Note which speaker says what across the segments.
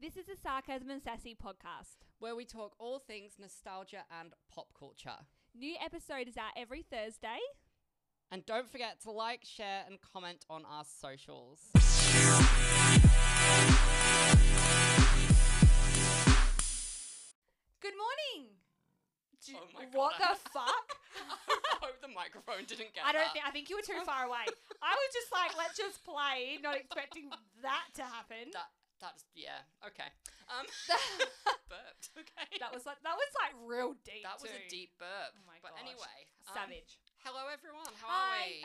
Speaker 1: This is a sarcasm and sassy podcast.
Speaker 2: where we talk all things nostalgia and pop culture.
Speaker 1: New episode is out every Thursday.
Speaker 2: And don't forget to like, share, and comment on our socials.
Speaker 3: Good morning. Do-
Speaker 2: Oh my
Speaker 3: what the
Speaker 2: God.
Speaker 3: fuck?
Speaker 2: I hope the microphone didn't get
Speaker 3: I don't
Speaker 2: that.
Speaker 3: think I think you were too far away. I was just like, let's just play, not expecting that to happen. That,
Speaker 2: that. That's yeah. Okay. Um, burped. Okay.
Speaker 3: was like that was like real deep.
Speaker 2: That was
Speaker 3: too.
Speaker 2: a deep burp.
Speaker 3: Oh my
Speaker 2: but
Speaker 3: gosh.
Speaker 2: anyway, um,
Speaker 3: savage.
Speaker 2: hello everyone. How are we?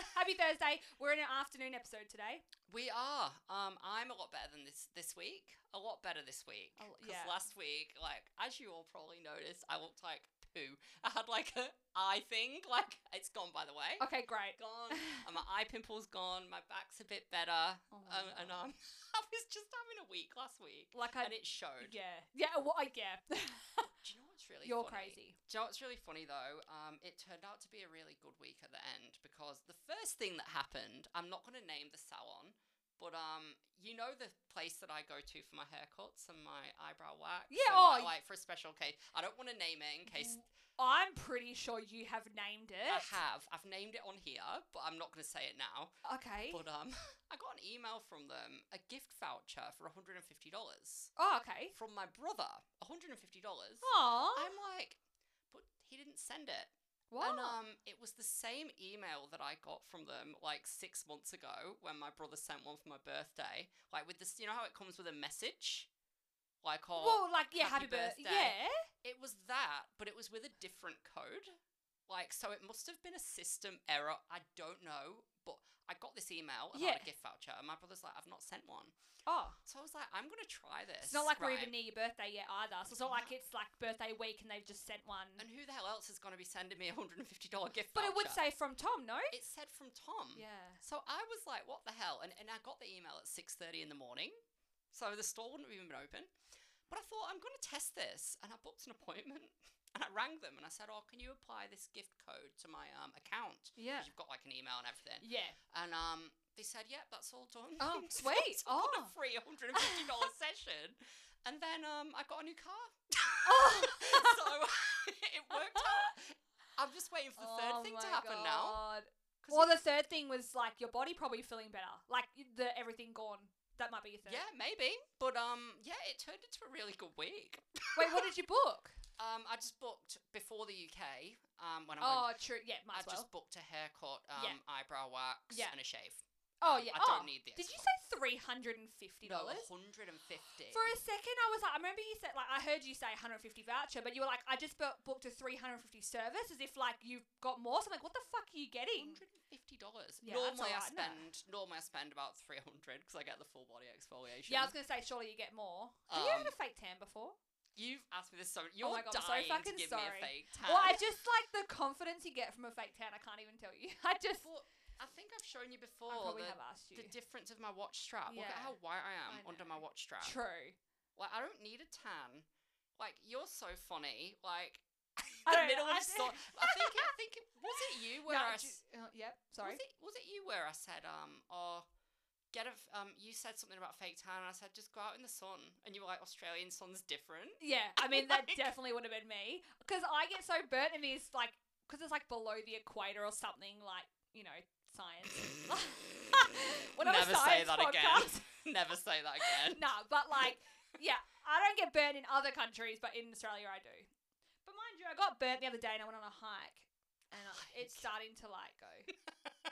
Speaker 3: Happy Thursday. We're in an afternoon episode today.
Speaker 2: We are. Um, I'm a lot better than this this week. A lot better this week.
Speaker 3: A lo-
Speaker 2: Because
Speaker 3: yeah.
Speaker 2: last week, like as you all probably noticed, I looked like poo. I had like a eye thing. Like it's gone. By the way,
Speaker 3: Okay, great.
Speaker 2: gone. and my eye pimple's gone. My back's a bit better.
Speaker 3: Oh my
Speaker 2: um, and um, I was just having a week last week,
Speaker 3: Like I
Speaker 2: and it showed.
Speaker 3: yeah yeah well, I- yeah.
Speaker 2: Do you know what's really?
Speaker 3: You're
Speaker 2: funny?
Speaker 3: crazy.
Speaker 2: Do you know what's really funny though? Um, it turned out to be a really good week at the end because the first thing that happened, I'm not going to name the salon, but um, you know the place that I go to for my haircuts and my eyebrow wax.
Speaker 3: Yeah,
Speaker 2: and
Speaker 3: oh,
Speaker 2: my-
Speaker 3: y-
Speaker 2: like for a special case. I don't want to name it in case
Speaker 3: I'm pretty sure you have named it.
Speaker 2: I have. I've named it on here, but I'm not going to say it now.
Speaker 3: Okay.
Speaker 2: But um, I got an email from them, a gift voucher for $150
Speaker 3: Oh, okay.
Speaker 2: from my brother. $150.
Speaker 3: Aw.
Speaker 2: I'm like, but he didn't send it.
Speaker 3: What?
Speaker 2: And um, it was the same email that I got from them like six months ago when my brother sent one for my birthday. Like with this, you know how it comes with a message, like oh,
Speaker 3: well, like yeah,
Speaker 2: happy
Speaker 3: happy, birthday.
Speaker 2: birthday.
Speaker 3: Yeah.
Speaker 2: it was that, but it was with a different code. Like so, it must have been a system error. I don't know, but I got this email about
Speaker 3: Yeah.
Speaker 2: a gift voucher, and my brother's like, I've not sent one.
Speaker 3: Oh.
Speaker 2: So I was like, I'm gonna try this.
Speaker 3: It's not like we're
Speaker 2: right?
Speaker 3: even near your birthday yet either. So it's not like
Speaker 2: No.
Speaker 3: it's like birthday week and they've just sent one.
Speaker 2: And who the hell else is gonna be sending me a hundred and fifty dollar gift?
Speaker 3: but it would say
Speaker 2: voucher?
Speaker 3: from Tom, no?
Speaker 2: it said from Tom.
Speaker 3: Yeah.
Speaker 2: So I was like, what the hell? And, and I got the email at 6.30 in the morning. So the store wouldn't have even been open. But I thought, I'm going to test this. And I booked an appointment. And I rang them and I said, oh, can you apply this gift code to my um, account? 'Cause
Speaker 3: Yeah.
Speaker 2: You've got like an email and everything.
Speaker 3: Yeah.
Speaker 2: And um, they said, yep, that's all done.
Speaker 3: Oh,
Speaker 2: So I
Speaker 3: sweet.
Speaker 2: got
Speaker 3: Oh.
Speaker 2: a free $150 session. And then um, I got a new car. so it worked out. I'm just waiting for the third thing to happen now. 'Cause
Speaker 3: Oh Well,
Speaker 2: it-
Speaker 3: the third thing was like your body probably feeling better. Like y- the everything gone. That might be your third.
Speaker 2: Yeah, maybe. But um, yeah, it turned into a really good week.
Speaker 3: Wait, what did you book?
Speaker 2: Um, I just booked before the UK. Um, when I went,
Speaker 3: oh, true. Yeah, might
Speaker 2: I
Speaker 3: as well.
Speaker 2: just booked a haircut, um,
Speaker 3: Yeah.
Speaker 2: eyebrow wax,
Speaker 3: Yeah.
Speaker 2: and a shave.
Speaker 3: oh,
Speaker 2: um,
Speaker 3: yeah.
Speaker 2: I
Speaker 3: oh,
Speaker 2: don't need the
Speaker 3: Did you say
Speaker 2: extra.
Speaker 3: three hundred and fifty
Speaker 2: No,
Speaker 3: dollars?
Speaker 2: hundred and fifty.
Speaker 3: For a second, I was like, I remember you said, like, I heard you say 150 voucher, but you were like, I just bu- booked a 350 service as if, like, you've got more. So I'm like, what the fuck are you getting?
Speaker 2: Hundred and fifty dollars.
Speaker 3: Yeah, that's
Speaker 2: normally I
Speaker 3: alright, no.
Speaker 2: spend normally I spend about three hundred because I get the full body exfoliation.
Speaker 3: Yeah, I was going to say, surely you get more. Have you ever had a
Speaker 2: Um,
Speaker 3: fake tan before?
Speaker 2: You've asked me this so you're
Speaker 3: Oh my God, I'm so
Speaker 2: dying to
Speaker 3: fucking
Speaker 2: give me
Speaker 3: sorry.
Speaker 2: a fake tan.
Speaker 3: Well, I just, like, the confidence you get from a fake tan, I can't even tell you. I just,
Speaker 2: But I think I've shown you before
Speaker 3: I probably
Speaker 2: the,
Speaker 3: have asked you.
Speaker 2: the difference of my watch strap. Look at
Speaker 3: Yeah.
Speaker 2: how white I
Speaker 3: I
Speaker 2: am under
Speaker 3: know.
Speaker 2: my watch strap.
Speaker 3: True.
Speaker 2: Like I don't need a tan. Like you're so funny. Like
Speaker 3: I
Speaker 2: the
Speaker 3: don't know,
Speaker 2: middle
Speaker 3: I
Speaker 2: of
Speaker 3: d-
Speaker 2: so- I think I think it, was it you where
Speaker 3: No,
Speaker 2: I
Speaker 3: ju-
Speaker 2: s-
Speaker 3: uh, yep, sorry.
Speaker 2: was it was it you where I said um or get a f- um you said something about fake tan and I said just go out in the sun and you were like Australian sun's different.
Speaker 3: Yeah, I mean that
Speaker 2: Like-
Speaker 3: definitely would have been me because I get so burnt and it's like because it's like below the equator or something like you know science. When I'm a
Speaker 2: Never say
Speaker 3: science
Speaker 2: that
Speaker 3: podcast-
Speaker 2: again. Never say that again.
Speaker 3: no, but like yeah, I don't get burnt in other countries, but in Australia I do. But mind you, I got burnt the other day and I went on a hike and uh, it's
Speaker 2: Hike.
Speaker 3: starting to like go.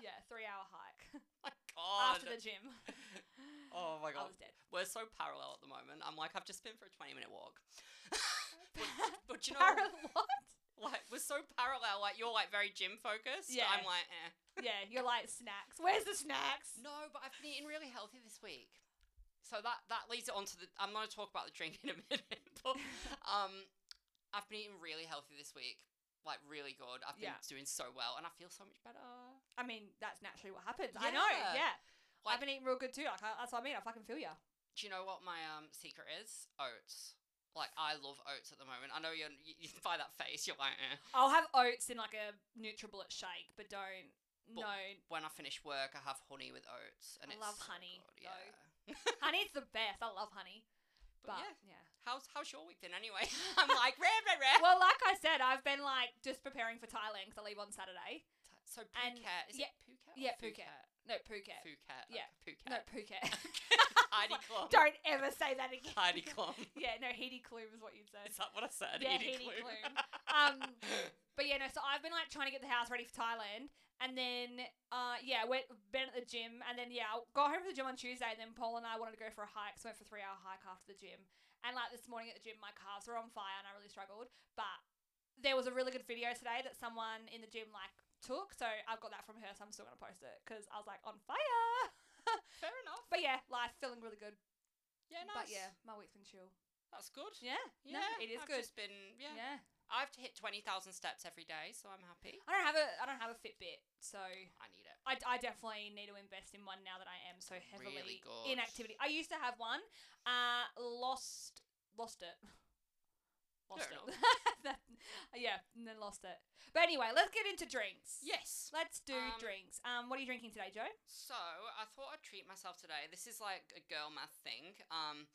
Speaker 3: yeah, three hour hike
Speaker 2: my god.
Speaker 3: after the gym.
Speaker 2: oh
Speaker 3: I
Speaker 2: my god.
Speaker 3: was dead.
Speaker 2: We're so parallel at the moment. I'm like I've just been for a 20 minute walk. but, but you know
Speaker 3: Parallel what?
Speaker 2: like we're so parallel. Like you're like very gym focused.
Speaker 3: Yeah.
Speaker 2: I'm like eh.
Speaker 3: Yeah, you're like snacks. Where's the snacks?
Speaker 2: No, but I've been eating really healthy this week. So that that leads it on to the. I'm going to talk about the drink in a minute, but um, I've been eating really healthy this week, like really good. I've been
Speaker 3: Yeah.
Speaker 2: doing so well, and I feel so much better.
Speaker 3: I mean, that's naturally what happens. I know.
Speaker 2: Yeah.
Speaker 3: Yeah.
Speaker 2: Like-
Speaker 3: I've been eating real good too. Like I, that's what I mean. I fucking feel you.
Speaker 2: Do you know what my um secret is? Oats. Like I love oats at the moment. I know you're you, you- by that face. You're like eh.
Speaker 3: I'll have oats in like a NutriBullet shake, but don't.
Speaker 2: But
Speaker 3: no.
Speaker 2: when I finish work, I have honey with oats, and
Speaker 3: I
Speaker 2: it's
Speaker 3: love
Speaker 2: so
Speaker 3: honey,
Speaker 2: good,
Speaker 3: though.
Speaker 2: Yeah.
Speaker 3: Honey's the best. I love honey. But,
Speaker 2: But, yeah,
Speaker 3: yeah.
Speaker 2: how's how's your week been anyway? I'm like rare, rare, rare.
Speaker 3: well, like I said, I've been like just preparing for Thailand because I leave on Saturday.
Speaker 2: so
Speaker 3: and-
Speaker 2: Phuket, is
Speaker 3: yeah,
Speaker 2: it Phuket? or
Speaker 3: yeah, Phuket. No, Phuket.
Speaker 2: Phuket.
Speaker 3: Yeah.
Speaker 2: Okay, Phuket.
Speaker 3: No, Phuket.
Speaker 2: Heidi Klum.
Speaker 3: Don't ever say that again.
Speaker 2: Heidi Klum.
Speaker 3: yeah, no, Heidi Klum is what you'd say.
Speaker 2: Is that what I said?
Speaker 3: Yeah,
Speaker 2: Heidi
Speaker 3: Heidi
Speaker 2: Klum.
Speaker 3: Klum. Um, but yeah, no. So I've been like trying to get the house ready for Thailand, and then uh, yeah, went been at the gym, and then yeah, I got home from the gym on Tuesday, and then Paul and I wanted to go for a hike, so went for a three hour hike after the gym. And like this morning at the gym, my calves were on fire, and I really struggled. But there was a really good video today that someone in the gym like took, so I've got that from her, so I'm still gonna post it because I was like on fire.
Speaker 2: Fair enough.
Speaker 3: But yeah, life feeling really good.
Speaker 2: Yeah,
Speaker 3: But
Speaker 2: nice.
Speaker 3: yeah, my week's been chill.
Speaker 2: That's good.
Speaker 3: Yeah,
Speaker 2: Yeah,
Speaker 3: no, it is
Speaker 2: I've
Speaker 3: good.
Speaker 2: Just been yeah.
Speaker 3: yeah.
Speaker 2: I've hit twenty thousand steps every day, so I'm happy.
Speaker 3: I don't have a I don't have a Fitbit, so
Speaker 2: I need it.
Speaker 3: I, I definitely need to invest in one now that I am so heavily
Speaker 2: Really
Speaker 3: in
Speaker 2: good.
Speaker 3: activity. I used to have one, uh, lost lost it, lost
Speaker 2: Fair
Speaker 3: it. That- yeah, and then lost it. But anyway, let's get into drinks.
Speaker 2: Yes.
Speaker 3: let's do
Speaker 2: Um,
Speaker 3: drinks. Um, what are you drinking today, Joe?
Speaker 2: So I thought I'd treat myself today. This is like a girl math thing. Um,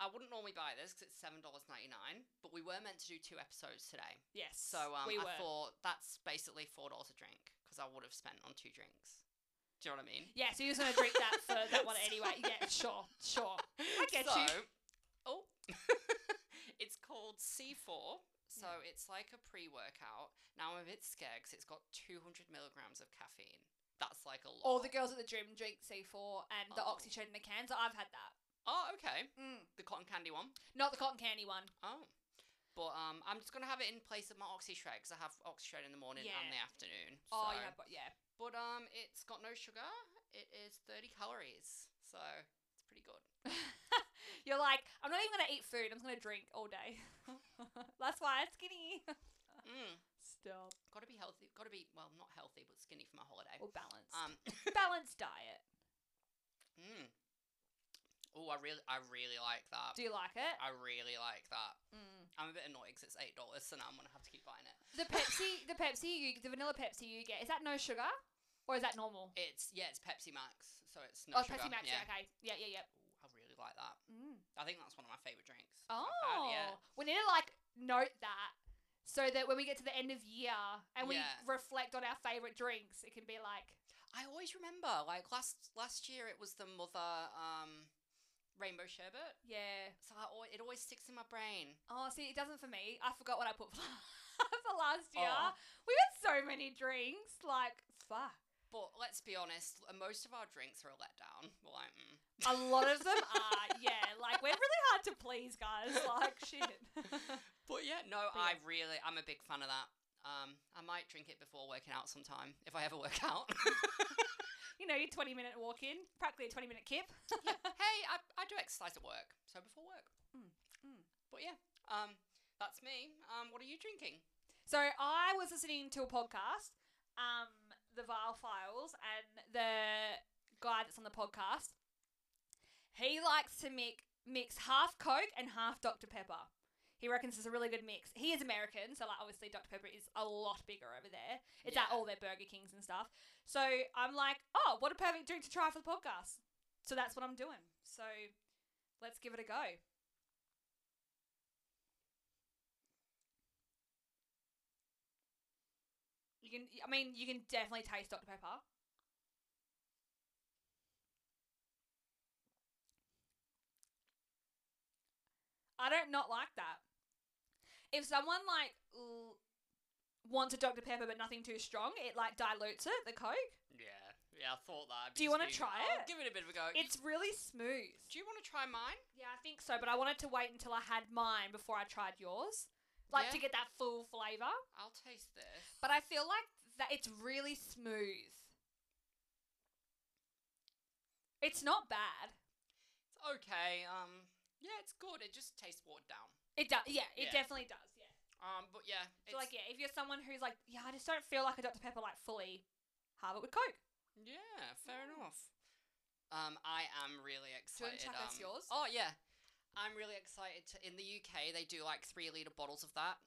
Speaker 2: I wouldn't normally buy this because it's seven dollars ninety nine, but we were meant to do two episodes today.
Speaker 3: Yes.
Speaker 2: So um,
Speaker 3: we
Speaker 2: I
Speaker 3: were.
Speaker 2: thought that's basically four dollars a drink because I would have spent on two drinks. Do you know what I mean?
Speaker 3: yeah, so you're just gonna drink that for that one anyway. Yeah, sure, sure. I get
Speaker 2: so,
Speaker 3: you.
Speaker 2: Oh, it's called C4. So it's like a pre-workout. Now I'm a bit scared because it's got 200 milligrams of caffeine. That's like a lot.
Speaker 3: All the girls at the gym drink C4 and the
Speaker 2: Oh.
Speaker 3: oxygen in the can. So I've had that.
Speaker 2: oh, okay.
Speaker 3: Mm.
Speaker 2: The cotton candy one.
Speaker 3: Not the cotton candy one.
Speaker 2: Oh. But um, I'm just gonna have it in place of my Oxy Shred because I have Oxy Shred in the morning
Speaker 3: Yeah.
Speaker 2: and the afternoon.
Speaker 3: Oh
Speaker 2: so-
Speaker 3: yeah, but yeah.
Speaker 2: But um, it's got no sugar. It is 30 calories, so it's pretty good.
Speaker 3: You're like, I'm not even gonna eat food. I'm just gonna drink all day. That's why it's skinny.
Speaker 2: Mm.
Speaker 3: Stop.
Speaker 2: Got to be healthy. Got to be well, not healthy, but skinny for my holiday.
Speaker 3: Or balanced.
Speaker 2: Um.
Speaker 3: balanced diet.
Speaker 2: Mm. Oh, I really, I really like that.
Speaker 3: Do you like it?
Speaker 2: I really like that.
Speaker 3: Mm.
Speaker 2: I'm a bit annoyed because it's eight dollars, so now I'm gonna have to keep buying it.
Speaker 3: The Pepsi, the Pepsi, you, the vanilla Pepsi you get is that no sugar, or is that normal?
Speaker 2: It's yeah, it's Pepsi Max, so it's
Speaker 3: oh,
Speaker 2: no sugar.
Speaker 3: Pepsi Max. Yeah.
Speaker 2: Yeah.
Speaker 3: Okay. Yeah. Yeah. Yeah.
Speaker 2: Ooh, I really like that.
Speaker 3: Mm.
Speaker 2: I think that's one of my favorite drinks.
Speaker 3: Oh.
Speaker 2: I've had, yeah.
Speaker 3: We need to like note that so that when we get to the end of year and we
Speaker 2: Yeah.
Speaker 3: reflect on our favorite drinks, it can be like,
Speaker 2: I always remember, like last last year, it was the mother um, rainbow sherbet.
Speaker 3: yeah.
Speaker 2: So I always, it always sticks in my brain.
Speaker 3: Oh, see, it doesn't for me. I forgot what I put for, for last year.
Speaker 2: Oh.
Speaker 3: We had so many drinks. Like, fuck.
Speaker 2: But let's be honest, l- most of our drinks are a letdown. We're like, mm.
Speaker 3: A lot of them are, yeah. Like, we're really hard to please, guys. Like, shit.
Speaker 2: But yeah, no,
Speaker 3: But
Speaker 2: I
Speaker 3: yeah.
Speaker 2: really, I'm a big fan of that. Um, I might drink it before working out sometime if I ever work out.
Speaker 3: you know, your 20 minute walk in, practically a 20 minute kip.
Speaker 2: hey, I, I do exercise at work, so before work.
Speaker 3: Mm, mm.
Speaker 2: But yeah, um, that's me. Um, what are you drinking?
Speaker 3: So, I was listening to a podcast, um, The Vile Files, and the guy that's on the podcast, he likes to mix, mix half Coke and half Dr. Pepper. He reckons it's a really good mix. He is American, so like obviously Dr. Pepper is a lot bigger over there. It's at
Speaker 2: Yeah.
Speaker 3: all their Burger Kings and stuff. So I'm like, oh, what a perfect drink to try for the podcast. So that's what I'm doing. So let's give it a go. You can, I mean, you can definitely taste Dr. Pepper. I don't not like that. If someone like l- wants a Dr Pepper but nothing too strong, it like dilutes it. The Coke,
Speaker 2: Yeah, yeah, I thought that.
Speaker 3: I'd Do you just wanna be- try I'll it?
Speaker 2: give it a bit of a go.
Speaker 3: it's really smooth.
Speaker 2: do you want to try mine?
Speaker 3: Yeah, I think so. But I wanted to wait until I had mine before I tried yours, like to
Speaker 2: Yeah.
Speaker 3: get that full flavor.
Speaker 2: I'll taste this.
Speaker 3: But I feel like that it's really smooth. It's not bad.
Speaker 2: It's okay. Um, yeah, it's good. It just tastes watered down.
Speaker 3: It does. Yeah, it
Speaker 2: Yeah.
Speaker 3: definitely does. Yeah.
Speaker 2: Um, but yeah, it's,
Speaker 3: So like, yeah, if you're someone who's like, yeah, I just don't feel like a Dr Pepper like fully, have it with Coke.
Speaker 2: Yeah, fair
Speaker 3: Mm.
Speaker 2: enough. Um, I am really excited.
Speaker 3: chuck us
Speaker 2: um,
Speaker 3: yours?
Speaker 2: Oh yeah, I'm really excited. To, in the UK, they do like three liter bottles of that.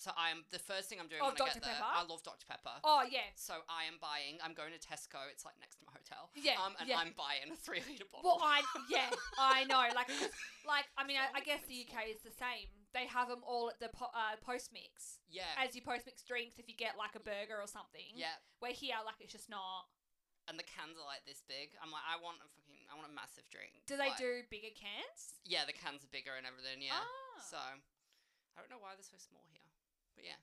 Speaker 2: So I am the first thing I'm doing
Speaker 3: Oh,
Speaker 2: when I
Speaker 3: Dr.
Speaker 2: get there.
Speaker 3: Pepper?
Speaker 2: I love Dr Pepper.
Speaker 3: Oh yeah,
Speaker 2: So I am buying. I'm going to Tesco. It's like next to my hotel.
Speaker 3: Yeah,
Speaker 2: Um, and
Speaker 3: yeah.
Speaker 2: I'm buying a three liter
Speaker 3: Well,
Speaker 2: bottle.
Speaker 3: I yeah, I know. Like, 'cause, like I mean,
Speaker 2: So
Speaker 3: I, I guess the UK is the same. They have them all at the po- uh, post mix
Speaker 2: yeah.
Speaker 3: as your post mix drinks. If you get like a burger or something,
Speaker 2: Yeah.
Speaker 3: Where here, like, it's just not.
Speaker 2: And the cans are like this big. I'm like, I want a fucking, I want a massive drink.
Speaker 3: Do they
Speaker 2: Like,
Speaker 3: do bigger cans?
Speaker 2: Yeah, the cans are bigger and everything. Yeah.
Speaker 3: Ah.
Speaker 2: So I don't know why they're so small here, but yeah.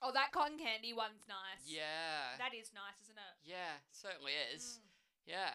Speaker 3: Oh, that cotton candy one's nice.
Speaker 2: Yeah.
Speaker 3: That is nice, isn't it?
Speaker 2: yeah, certainly is.
Speaker 3: Mm.
Speaker 2: Yeah.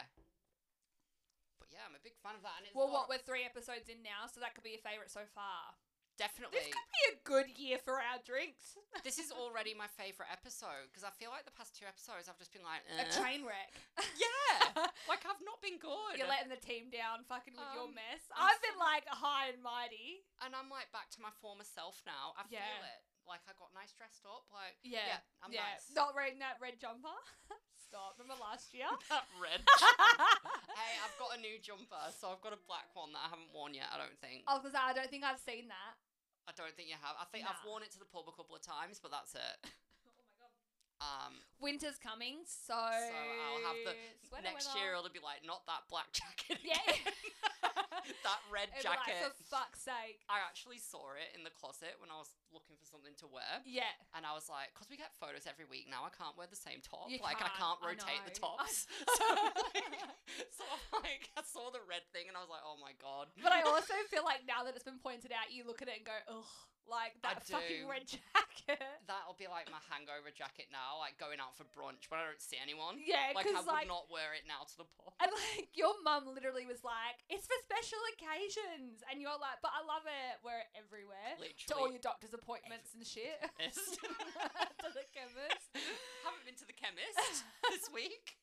Speaker 2: But yeah, I'm a big fan of that. And it's
Speaker 3: Well, what
Speaker 2: got-
Speaker 3: we're three episodes in now, so that could be a favourite so far.
Speaker 2: definitely.
Speaker 3: This could be a good year for our drinks.
Speaker 2: this is already my favorite episode because I feel like the past two episodes I've just been like,
Speaker 3: A
Speaker 2: "Eh."
Speaker 3: train wreck.
Speaker 2: yeah, like I've not been good.
Speaker 3: You're letting the team down, fucking with your
Speaker 2: Um,
Speaker 3: mess.
Speaker 2: I'm
Speaker 3: I've been like high and mighty.
Speaker 2: and I'm like back to my former self now. I feel
Speaker 3: Yeah.
Speaker 2: it. Like I got nice dressed up. Like
Speaker 3: Yeah,
Speaker 2: I'm
Speaker 3: yeah,
Speaker 2: nice.
Speaker 3: not wearing that red jumper. Stop. Remember last year?
Speaker 2: That red. hey, I've got a new jumper, so I've got a black one that I haven't worn yet. I don't think.
Speaker 3: oh, because I don't think I've seen that.
Speaker 2: I don't think you have. I think I've
Speaker 3: Nah.
Speaker 2: worn it to the pub a couple of times, but that's it.
Speaker 3: Oh my god.
Speaker 2: Um,
Speaker 3: Winter's coming, so
Speaker 2: so I'll have the
Speaker 3: sweater
Speaker 2: next
Speaker 3: weather.
Speaker 2: year. It'll be like not that black jacket.
Speaker 3: Yeah.
Speaker 2: again. that red
Speaker 3: It'd be like, for
Speaker 2: jacket.
Speaker 3: fuck's sake.
Speaker 2: I actually saw it in the closet when I was looking for something to wear.
Speaker 3: Yeah.
Speaker 2: And I was like, because we get photos every week now, I can't wear the same top.
Speaker 3: You
Speaker 2: like, I
Speaker 3: can't,
Speaker 2: can't
Speaker 3: I
Speaker 2: rotate the
Speaker 3: know.
Speaker 2: tops. so, I'm like, so I'm like, I saw the red thing and I was like, oh my God.
Speaker 3: But I also feel like now that it's been pointed out, you look at it and go, ugh, like
Speaker 2: I
Speaker 3: that fucking
Speaker 2: do.
Speaker 3: red jacket.
Speaker 2: That'll be like my hangover jacket now, like going out for brunch when I don't see anyone.
Speaker 3: Yeah,
Speaker 2: Like, I
Speaker 3: because
Speaker 2: would
Speaker 3: like,
Speaker 2: not wear it now to the pub.
Speaker 3: and like your mum literally was like, it's for special occasions, and you're like, but I love it. We're everywhere. To all
Speaker 2: Literally.
Speaker 3: your doctor's appointments and shit.
Speaker 2: chemist.
Speaker 3: to the chemist.
Speaker 2: Haven't been to the chemist this week.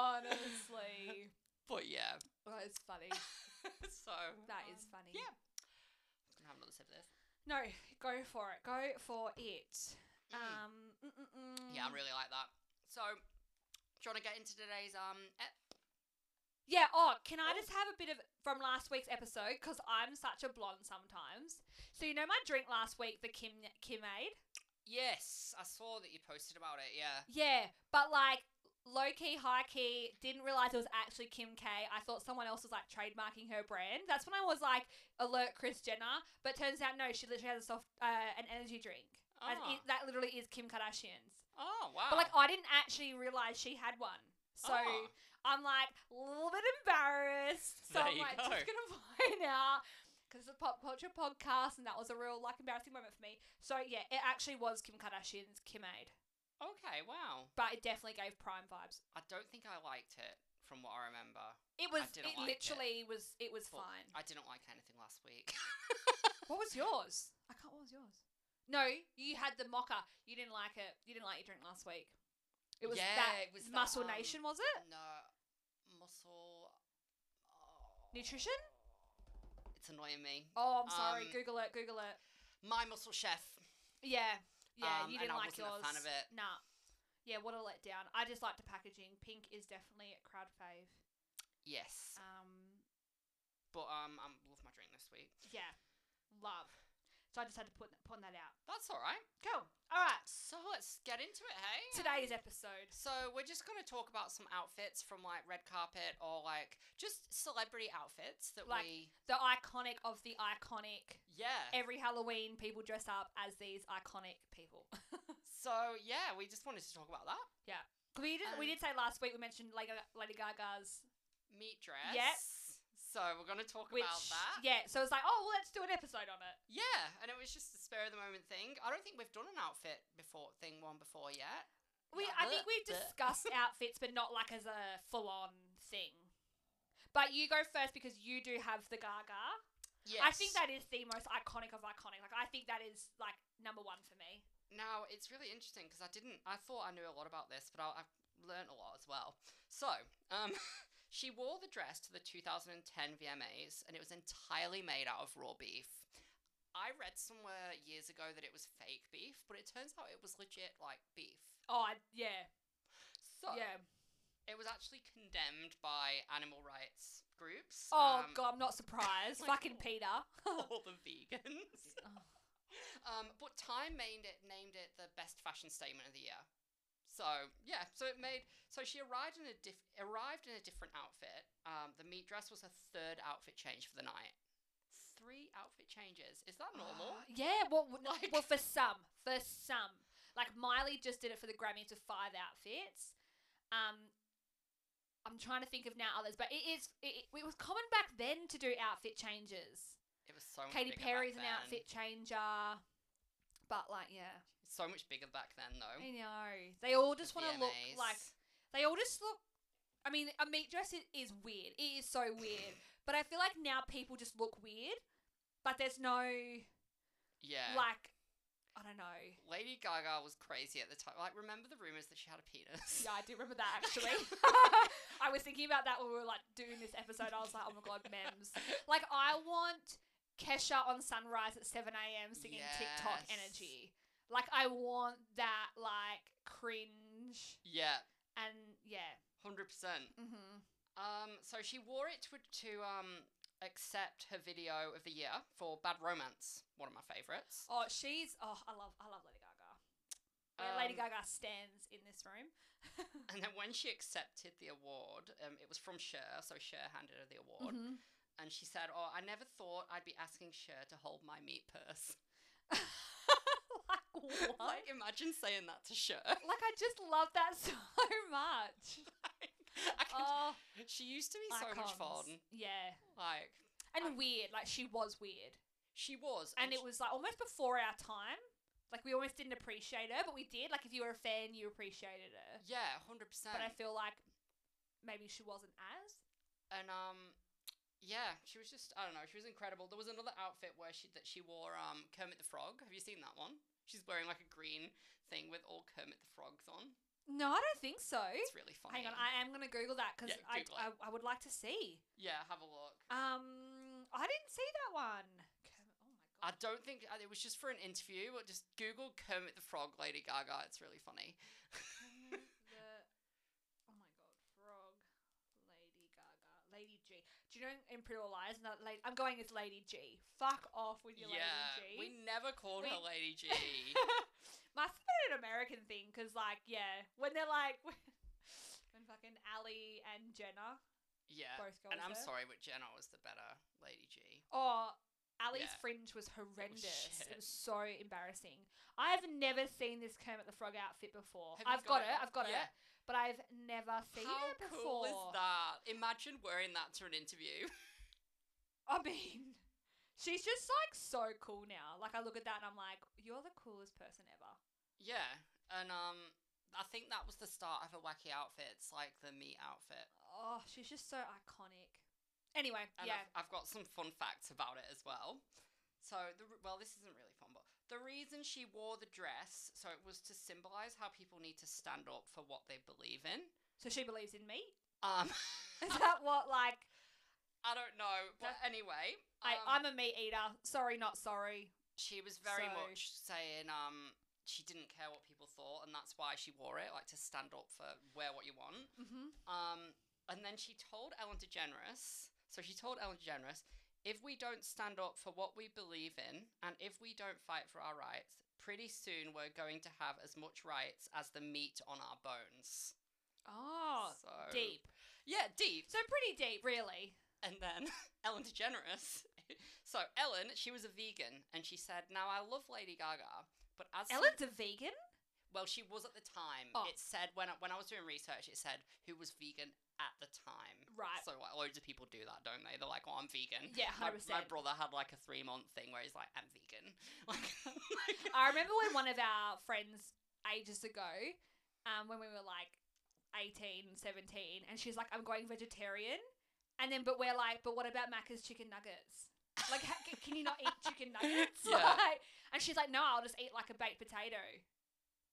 Speaker 3: Honestly,
Speaker 2: But yeah.
Speaker 3: well, that is funny.
Speaker 2: so, um,
Speaker 3: That is funny.
Speaker 2: yeah. I'm going to have another sip of this.
Speaker 3: No, go for it. Go for it.
Speaker 2: Mm.
Speaker 3: Um. mm-mm-mm.
Speaker 2: Yeah, I really like that. So, do you want to get into today's um? ep?
Speaker 3: Yeah, oh, can I
Speaker 2: Oh.
Speaker 3: just have a bit of from last week's episode because I'm such a blonde sometimes. So you know my drink last week, the Kim Kim made.
Speaker 2: Yes, I saw that you posted about it. Yeah.
Speaker 3: Yeah, but like low key, high key, didn't realize it was actually Kim K. I thought someone else was like trademarking her brand. That's when I was like alert Chris Jenner, but turns out no, she literally has a soft uh, an energy drink. As
Speaker 2: Ah.
Speaker 3: it- that literally is Kim Kardashian's.
Speaker 2: oh wow.
Speaker 3: But like I didn't actually realize she had one. So
Speaker 2: Ah.
Speaker 3: I'm like a little bit embarrassed. So
Speaker 2: There
Speaker 3: I'm
Speaker 2: you
Speaker 3: like
Speaker 2: go.
Speaker 3: just gonna find out because it's a pop culture podcast, and that was a real like embarrassing moment for me. So yeah, it actually was Kim Kardashian's Kim Aid,
Speaker 2: Ah, okay, wow.
Speaker 3: but it definitely gave Prime vibes.
Speaker 2: I don't think I liked it from what I remember.
Speaker 3: It was it
Speaker 2: didn't like it.
Speaker 3: literally was it was
Speaker 2: But
Speaker 3: fine.
Speaker 2: I didn't like anything last week.
Speaker 3: what was yours? I can't. What was yours? No, you had the mocha. You didn't like it. You didn't like your drink last week. It was
Speaker 2: Yeah,
Speaker 3: that
Speaker 2: it was that,
Speaker 3: Muscle
Speaker 2: um,
Speaker 3: Nation, was it?
Speaker 2: no, muscle. oh,
Speaker 3: Nutrition?
Speaker 2: It's annoying me.
Speaker 3: Oh, I'm sorry.
Speaker 2: um,
Speaker 3: Google it. Google it.
Speaker 2: My muscle chef.
Speaker 3: Yeah, yeah,
Speaker 2: Um,
Speaker 3: you
Speaker 2: and
Speaker 3: didn't
Speaker 2: I
Speaker 3: like
Speaker 2: wasn't a
Speaker 3: yours.
Speaker 2: fan of it.
Speaker 3: Nah. Yeah, what a letdown. I just liked the packaging. Pink is definitely a crowd fave.
Speaker 2: Yes,
Speaker 3: Um,
Speaker 2: but um, I love my drink this week.
Speaker 3: yeah, love. So I just had to put put that out.
Speaker 2: That's all right.
Speaker 3: Cool. All right.
Speaker 2: So let's get into it, hey.
Speaker 3: Today's episode.
Speaker 2: So we're just gonna talk about some outfits from like red carpet or like just celebrity outfits that
Speaker 3: Like-
Speaker 2: we
Speaker 3: The iconic of the iconic.
Speaker 2: yeah.
Speaker 3: Every Halloween, people dress up as these iconic people.
Speaker 2: So yeah, we just wanted to talk about that
Speaker 3: 'Cause we did we
Speaker 2: Um,
Speaker 3: did say last week we mentioned Lady, Ga- Lady Gaga's,
Speaker 2: meat dress.
Speaker 3: Yes.
Speaker 2: So we're gonna talk
Speaker 3: which
Speaker 2: about that.
Speaker 3: yeah. So it's like, oh, well, let's do an episode on it.
Speaker 2: Yeah, and it was just a spur of the moment thing. I don't think we've done an outfit before thing one before yet.
Speaker 3: We,
Speaker 2: Yeah,
Speaker 3: I think
Speaker 2: bleh,
Speaker 3: we've
Speaker 2: bleh.
Speaker 3: discussed outfits, but not like as a full-on thing. But you go first because you do have the Gaga.
Speaker 2: Yes.
Speaker 3: I think that is the most iconic of iconic. Like I think that is like number one for me.
Speaker 2: now it's really interesting because I didn't. I thought I knew a lot about this, but I, I've learned a lot as well. So, um, she wore the dress to the 2010 VMAs, and it was entirely made out of raw beef. I read somewhere years ago that it was fake beef, but it turns out it was legit like beef.
Speaker 3: Oh I, yeah,
Speaker 2: So
Speaker 3: yeah.
Speaker 2: it was actually condemned by animal rights groups.
Speaker 3: Oh
Speaker 2: um,
Speaker 3: god, I'm not surprised.
Speaker 2: like,
Speaker 3: Fucking
Speaker 2: oh.
Speaker 3: Peter.
Speaker 2: all the vegans. Um, but Time named it named it the best fashion statement of the year. So So yeah, so it made so she arrived in a diff, arrived in a different outfit. Um, the meat dress was her third outfit change for the night. Three outfit changes. Is that normal?
Speaker 3: Ah, yeah, well, w- no,
Speaker 2: Like-
Speaker 3: well, for some, for some, like Miley just did it for the Grammys with five outfits. Um, I'm trying to think of now others, but it is it, it was common back then to do outfit changes.
Speaker 2: It was so. Much
Speaker 3: Katy
Speaker 2: bigger back
Speaker 3: Perry's an
Speaker 2: then.
Speaker 3: outfit changer, but like, yeah,
Speaker 2: So much bigger back then, though.
Speaker 3: I know they all just want to look
Speaker 2: VMAs.
Speaker 3: like they all just look. I mean, a meat dress is, is weird. It is so weird, but I feel like now people just look weird, but there's no
Speaker 2: Yeah.
Speaker 3: like, I don't know.
Speaker 2: Lady Gaga was crazy at the time. Like, remember the rumors that she had a penis?
Speaker 3: Yeah, I do remember that actually. I was thinking about that when we were like doing this episode. I was like, oh my god, memes. Like I want Kesha on sunrise at seven AM singing TikTok
Speaker 2: Yes.
Speaker 3: energy. Like I want that like cringe
Speaker 2: Yeah,
Speaker 3: and yeah.
Speaker 2: hundred percent.
Speaker 3: Mm-hmm.
Speaker 2: Um, so she wore it to to um accept her video of the year for Bad Romance, one of my favorites.
Speaker 3: Oh, she's oh, I love I love Lady Gaga. Yeah, Lady
Speaker 2: Um,
Speaker 3: Gaga stands in this room.
Speaker 2: And then when she accepted the award, um, it was from Cher, so Cher handed her the award,
Speaker 3: Mm-hmm.
Speaker 2: and she said, "Oh, I never thought I'd be asking Cher to hold my meat purse."
Speaker 3: like what?
Speaker 2: like, imagine saying that to Cher.
Speaker 3: like I just love that so much.
Speaker 2: I can-
Speaker 3: Oh,
Speaker 2: she used to be so much
Speaker 3: icons.
Speaker 2: fun.
Speaker 3: Yeah.
Speaker 2: Like
Speaker 3: and
Speaker 2: I-
Speaker 3: weird. Like she was weird,
Speaker 2: she was,
Speaker 3: and
Speaker 2: she-
Speaker 3: it was like almost before our time. Like we almost didn't appreciate her, but we did. Like if you were a fan, you appreciated her.
Speaker 2: yeah, hundred percent.
Speaker 3: But I feel like maybe she wasn't as.
Speaker 2: and um yeah she was just i don't know she was incredible there was another outfit where she that she wore um kermit the frog have you seen that one she's wearing like a green thing with all kermit the frogs on
Speaker 3: No, I don't think so.
Speaker 2: it's really
Speaker 3: Hang
Speaker 2: funny
Speaker 3: on, I am gonna Google that because
Speaker 2: Yeah,
Speaker 3: I,
Speaker 2: Google it.
Speaker 3: I I would like to see.
Speaker 2: yeah have a look
Speaker 3: Um, I didn't see that one. Kermit- Oh my god.
Speaker 2: i don't think uh, it was just for an interview but just google kermit the frog lady gaga it's really funny
Speaker 3: Kermit the- oh my god, frog, Lady Gaga, Lady G. Do you know in Pretty Little Liars? That lady, I'm going as Lady G. Fuck off with your
Speaker 2: yeah
Speaker 3: Lady G.
Speaker 2: we never called her
Speaker 3: We-
Speaker 2: lady g
Speaker 3: My favorite American thing, because like, yeah, when they're like, when fucking Ali and Jenna
Speaker 2: yeah
Speaker 3: both go.
Speaker 2: and
Speaker 3: as
Speaker 2: i'm
Speaker 3: her.
Speaker 2: sorry but jenna was the better lady g
Speaker 3: Oh, Ali's
Speaker 2: Yeah.
Speaker 3: fringe was horrendous.
Speaker 2: shit.
Speaker 3: It was so embarrassing. I've never seen this Kermit the Frog outfit before.
Speaker 2: Have you
Speaker 3: I've got,
Speaker 2: got
Speaker 3: it.
Speaker 2: it?
Speaker 3: I've got
Speaker 2: Yeah.
Speaker 3: it. But I've never seen
Speaker 2: how
Speaker 3: it before.
Speaker 2: cool is that imagine wearing that to an interview
Speaker 3: I mean, she's just like so cool now. Like I look at that and I'm like, you're the coolest person ever.
Speaker 2: Yeah, and um, I think that was the start of her wacky outfits, like the meat outfit.
Speaker 3: Oh, she's just so iconic. Anyway,
Speaker 2: And
Speaker 3: yeah.
Speaker 2: I've, I've got some fun facts about it as well. So, the, re- well, this isn't really fun, but the reason she wore the dress, so it was to symbolize how people need to stand up for what they believe in.
Speaker 3: So she believes in me.
Speaker 2: Um,
Speaker 3: Is that what like
Speaker 2: I don't know, but anyway,
Speaker 3: I,
Speaker 2: um,
Speaker 3: I'm a meat eater. Sorry, not sorry.
Speaker 2: she was very
Speaker 3: So-
Speaker 2: much saying um she didn't care what people thought, and that's why she wore it, like to stand up for wear what you want.
Speaker 3: Mm-hmm.
Speaker 2: Um, and then she told Ellen DeGeneres. So she told Ellen DeGeneres, if we don't stand up for what we believe in, and if we don't fight for our rights, pretty soon we're going to have as much rights as the meat on our bones.
Speaker 3: Oh,
Speaker 2: so,
Speaker 3: deep.
Speaker 2: Yeah, deep.
Speaker 3: So pretty deep, really.
Speaker 2: And then Ellen DeGeneres. so Ellen, she was a vegan, and she said, "Now I love Lady Gaga, but as some-
Speaker 3: Ellen's a vegan.
Speaker 2: well, she was at the time.
Speaker 3: Oh.
Speaker 2: It said when I, when I was doing research, it said who was vegan at the time.
Speaker 3: Right.
Speaker 2: So like, loads of people do that, don't they? They're like, "Oh, I'm vegan."
Speaker 3: Yeah,
Speaker 2: My,
Speaker 3: hundred
Speaker 2: my
Speaker 3: percent.
Speaker 2: brother had like a three month thing where he's like, "I'm vegan." Like,
Speaker 3: I remember when one of our friends ages ago, um, when we were like 18, 17, and she's like, I'm going vegetarian. And then, but we're like, but what about Macca's chicken nuggets? Like, ha- c- can you not eat chicken nuggets?
Speaker 2: Yeah.
Speaker 3: Like- and she's like, no, I'll just eat like a baked potato.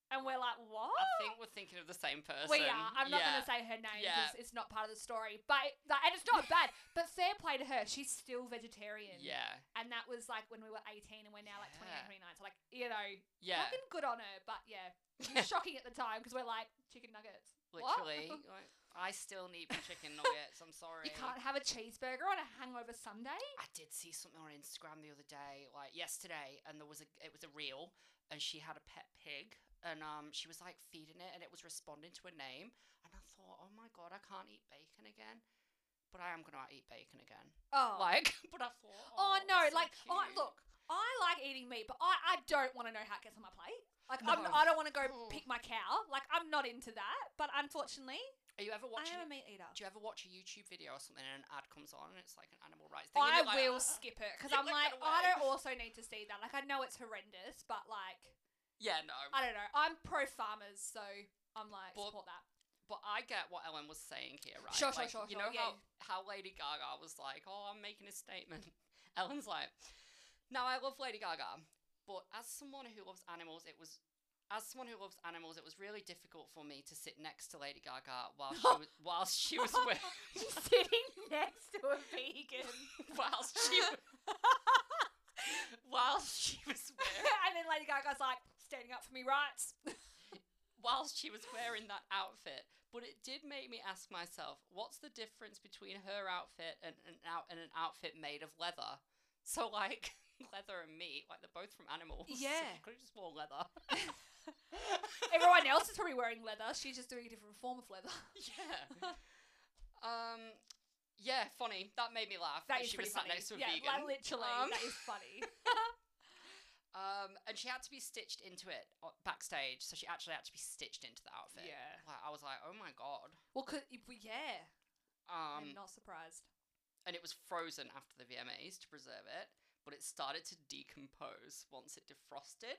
Speaker 3: And we're like, what?
Speaker 2: I think we're thinking of the same person.
Speaker 3: we are. I'm not
Speaker 2: yeah.
Speaker 3: going to say her name
Speaker 2: Yeah.
Speaker 3: because it's not part of the story. But, like, and it's not bad. But fair play to her. She's still vegetarian.
Speaker 2: Yeah,
Speaker 3: And that was like when we were 18 and we're now like 28,
Speaker 2: Yeah.
Speaker 3: 29. So, like, you know,
Speaker 2: yeah.
Speaker 3: Fucking good on her, but yeah, it was shocking at the time because we're like chicken nuggets. What?
Speaker 2: Literally, like, I still need my chicken nuggets. I'm
Speaker 3: You
Speaker 2: sorry.
Speaker 3: can't have a cheeseburger on a hangover Sunday.
Speaker 2: I did see something on Instagram the other day, like yesterday, and there was a it was a reel, and she had a pet pig, and um, she was like feeding it, and it was responding to a name. And I thought, oh my god, I can't eat bacon again, but I am gonna eat bacon again.
Speaker 3: Oh.
Speaker 2: Like, but I thought,
Speaker 3: oh,
Speaker 2: oh,
Speaker 3: no.
Speaker 2: it's so
Speaker 3: like, oh,
Speaker 2: cute."
Speaker 3: look, I like eating meat, but I, I don't want to know how it gets on my plate. Like, I'm,
Speaker 2: No.
Speaker 3: I don't want to go
Speaker 2: Oh.
Speaker 3: pick my cow. Like, I'm not into that. But unfortunately,
Speaker 2: Are you ever watching?
Speaker 3: I am a meat eater.
Speaker 2: do you ever watch a YouTube video or something and an ad comes on and it's like an animal rights thing? and
Speaker 3: I
Speaker 2: you're like,
Speaker 3: will
Speaker 2: "Ah."
Speaker 3: skip it because
Speaker 2: You're
Speaker 3: I'm
Speaker 2: like,
Speaker 3: like,
Speaker 2: "Get
Speaker 3: I
Speaker 2: away."
Speaker 3: don't also need to see that. Like, I know it's horrendous, but like,
Speaker 2: Yeah, no.
Speaker 3: I don't know. I'm pro farmers, so I'm like,
Speaker 2: But-
Speaker 3: support that.
Speaker 2: But I get what Ellen was saying here, right?
Speaker 3: Sure, sure,
Speaker 2: Like,
Speaker 3: sure,
Speaker 2: You
Speaker 3: sure,
Speaker 2: know
Speaker 3: yeah.
Speaker 2: how, how Lady Gaga was like, oh, I'm making a statement. Ellen's like, now I love Lady Gaga, but as someone who loves animals, it was. As someone who loves animals, it was really difficult for me to sit next to Lady Gaga while she was, whilst she was with,
Speaker 3: She's sitting next to a vegan.
Speaker 2: whilst she whilst she was wearing,
Speaker 3: and then Lady Gaga's like, standing up for me rights.
Speaker 2: whilst she was wearing that outfit. But it did make me ask myself, what's the difference between her outfit and an out and an outfit made of leather? So like leather and meat, like they're both from animals.
Speaker 3: Yeah.
Speaker 2: could have just worn leather.
Speaker 3: Everyone else is probably wearing leather. She's just doing a different form of leather.
Speaker 2: yeah. Um. Yeah, funny. That made me laugh.
Speaker 3: That
Speaker 2: that
Speaker 3: is
Speaker 2: she
Speaker 3: pretty
Speaker 2: was sat
Speaker 3: funny.
Speaker 2: next to a
Speaker 3: yeah,
Speaker 2: vegan.
Speaker 3: like literally,
Speaker 2: Um,
Speaker 3: that is funny.
Speaker 2: Um, and she had to be stitched into it uh, backstage, so she actually had to be stitched into the outfit.
Speaker 3: Yeah.
Speaker 2: Like, I was like, oh my god.
Speaker 3: Well, 'cause- yeah, I'm
Speaker 2: Um,
Speaker 3: not surprised.
Speaker 2: and it was frozen after the VMAs to preserve it, but it started to decompose once it defrosted.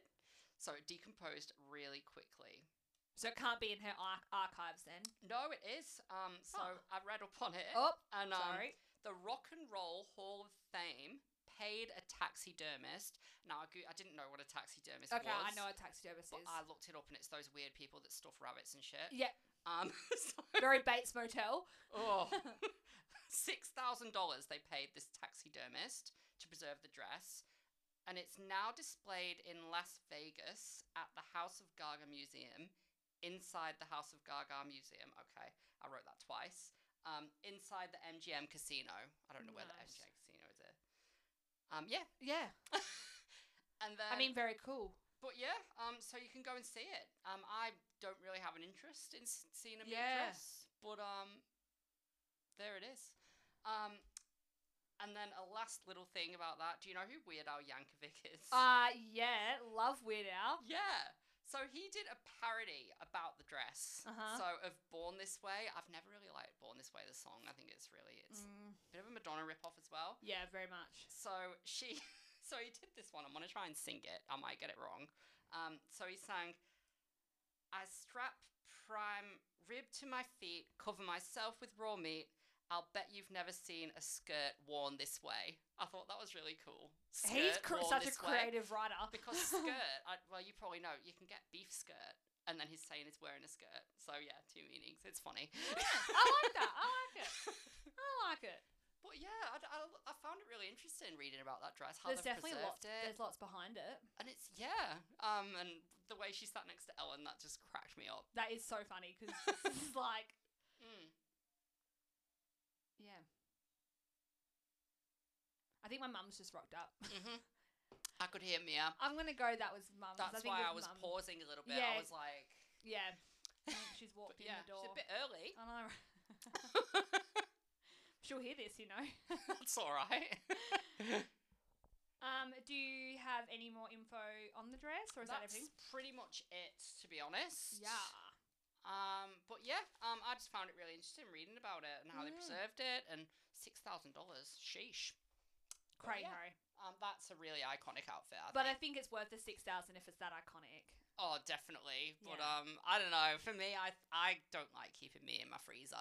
Speaker 2: So it decomposed really quickly.
Speaker 3: So it can't be in her ar- archives then.
Speaker 2: No, it is. Um, so
Speaker 3: Huh.
Speaker 2: I read up on it.
Speaker 3: Oh,
Speaker 2: and um,
Speaker 3: sorry.
Speaker 2: the Rock and Roll Hall of Fame paid a taxidermist. Now, I, go- I didn't know what a taxidermist
Speaker 3: Okay,
Speaker 2: was.
Speaker 3: I know a taxidermist is.
Speaker 2: But I looked it up, and it's those weird people that stuff rabbits and shit.
Speaker 3: Yeah,
Speaker 2: Um, so,
Speaker 3: very Bates Motel.
Speaker 2: oh, six thousand dollars they paid this taxidermist to preserve the dress, and it's now displayed in Las Vegas at the House of Gaga Museum, inside the House of Gaga Museum. Okay, I wrote that twice. Um, inside the MGM Casino. I don't know where the
Speaker 3: Nice.
Speaker 2: MGM Casino is. At. Um, yeah,
Speaker 3: Yeah,
Speaker 2: and then
Speaker 3: I mean, very cool.
Speaker 2: but yeah, um, so you can go and see it. Um, I don't really have an interest in s- seeing a meat
Speaker 3: Yeah.
Speaker 2: dress, but um, there it is. Um, and then a last little thing about that. Do you know who Weird Al Yankovic is?
Speaker 3: Uh, yeah, love Weird Al.
Speaker 2: yeah. So he did a parody about the dress.
Speaker 3: Uh-huh.
Speaker 2: So of Born This Way, I've never really liked Born This Way the song. I think it's really it's
Speaker 3: Mm,
Speaker 2: a bit of a Madonna ripoff as well.
Speaker 3: yeah, very much.
Speaker 2: So she, so he did this one. I'm gonna try and sing it. I might get it wrong. Um, so he sang, "I strap prime rib to my feet, cover myself with raw meat. I'll bet you've never seen a skirt worn this way." I thought that was really cool.
Speaker 3: He's
Speaker 2: Skirt
Speaker 3: cr-
Speaker 2: worn
Speaker 3: such a
Speaker 2: this way.
Speaker 3: creative writer.
Speaker 2: because skirt. I, well, you probably know you can get beef skirt, and then he's saying he's wearing a skirt. So yeah, two meanings. It's funny.
Speaker 3: I like that. I like it. I like it.
Speaker 2: But yeah, I, I, I found it really interesting reading about that dress. How
Speaker 3: There's
Speaker 2: they've
Speaker 3: definitely
Speaker 2: preserved
Speaker 3: lots.
Speaker 2: it.
Speaker 3: There's lots behind it.
Speaker 2: And it's yeah, um, and the way she sat next to Ellen, that just cracked me up.
Speaker 3: That is so funny because it's like,
Speaker 2: Mm.
Speaker 3: yeah. I think my mum's just rocked up.
Speaker 2: hmm I could hear Mia.
Speaker 3: I'm gonna go. That was mum's. mm-hmm. I
Speaker 2: That's
Speaker 3: think
Speaker 2: why
Speaker 3: it's
Speaker 2: I was
Speaker 3: mum.
Speaker 2: pausing a little bit.
Speaker 3: Yeah.
Speaker 2: I was like,
Speaker 3: Yeah, I think she's
Speaker 2: but
Speaker 3: walked in
Speaker 2: yeah,
Speaker 3: the door. Uh.
Speaker 2: she's a bit early.
Speaker 3: I know. She'll hear this, you know.
Speaker 2: That's all right.
Speaker 3: Um, do you have any more info on the dress, or is that
Speaker 2: That's
Speaker 3: everything?
Speaker 2: pretty much it, to be honest.
Speaker 3: Yeah.
Speaker 2: Um, but yeah, um, I just found it really interesting reading about it and how they
Speaker 3: Mm.
Speaker 2: preserved it and six thousand dollars. Sheesh. But
Speaker 3: Cray
Speaker 2: yeah, Um, that's a really iconic outfit. I
Speaker 3: But I
Speaker 2: think.
Speaker 3: think it's worth the six thousand if it's that iconic.
Speaker 2: Oh, definitely. But
Speaker 3: Yeah.
Speaker 2: um, I don't know. For me, I I don't like keeping me in my freezer.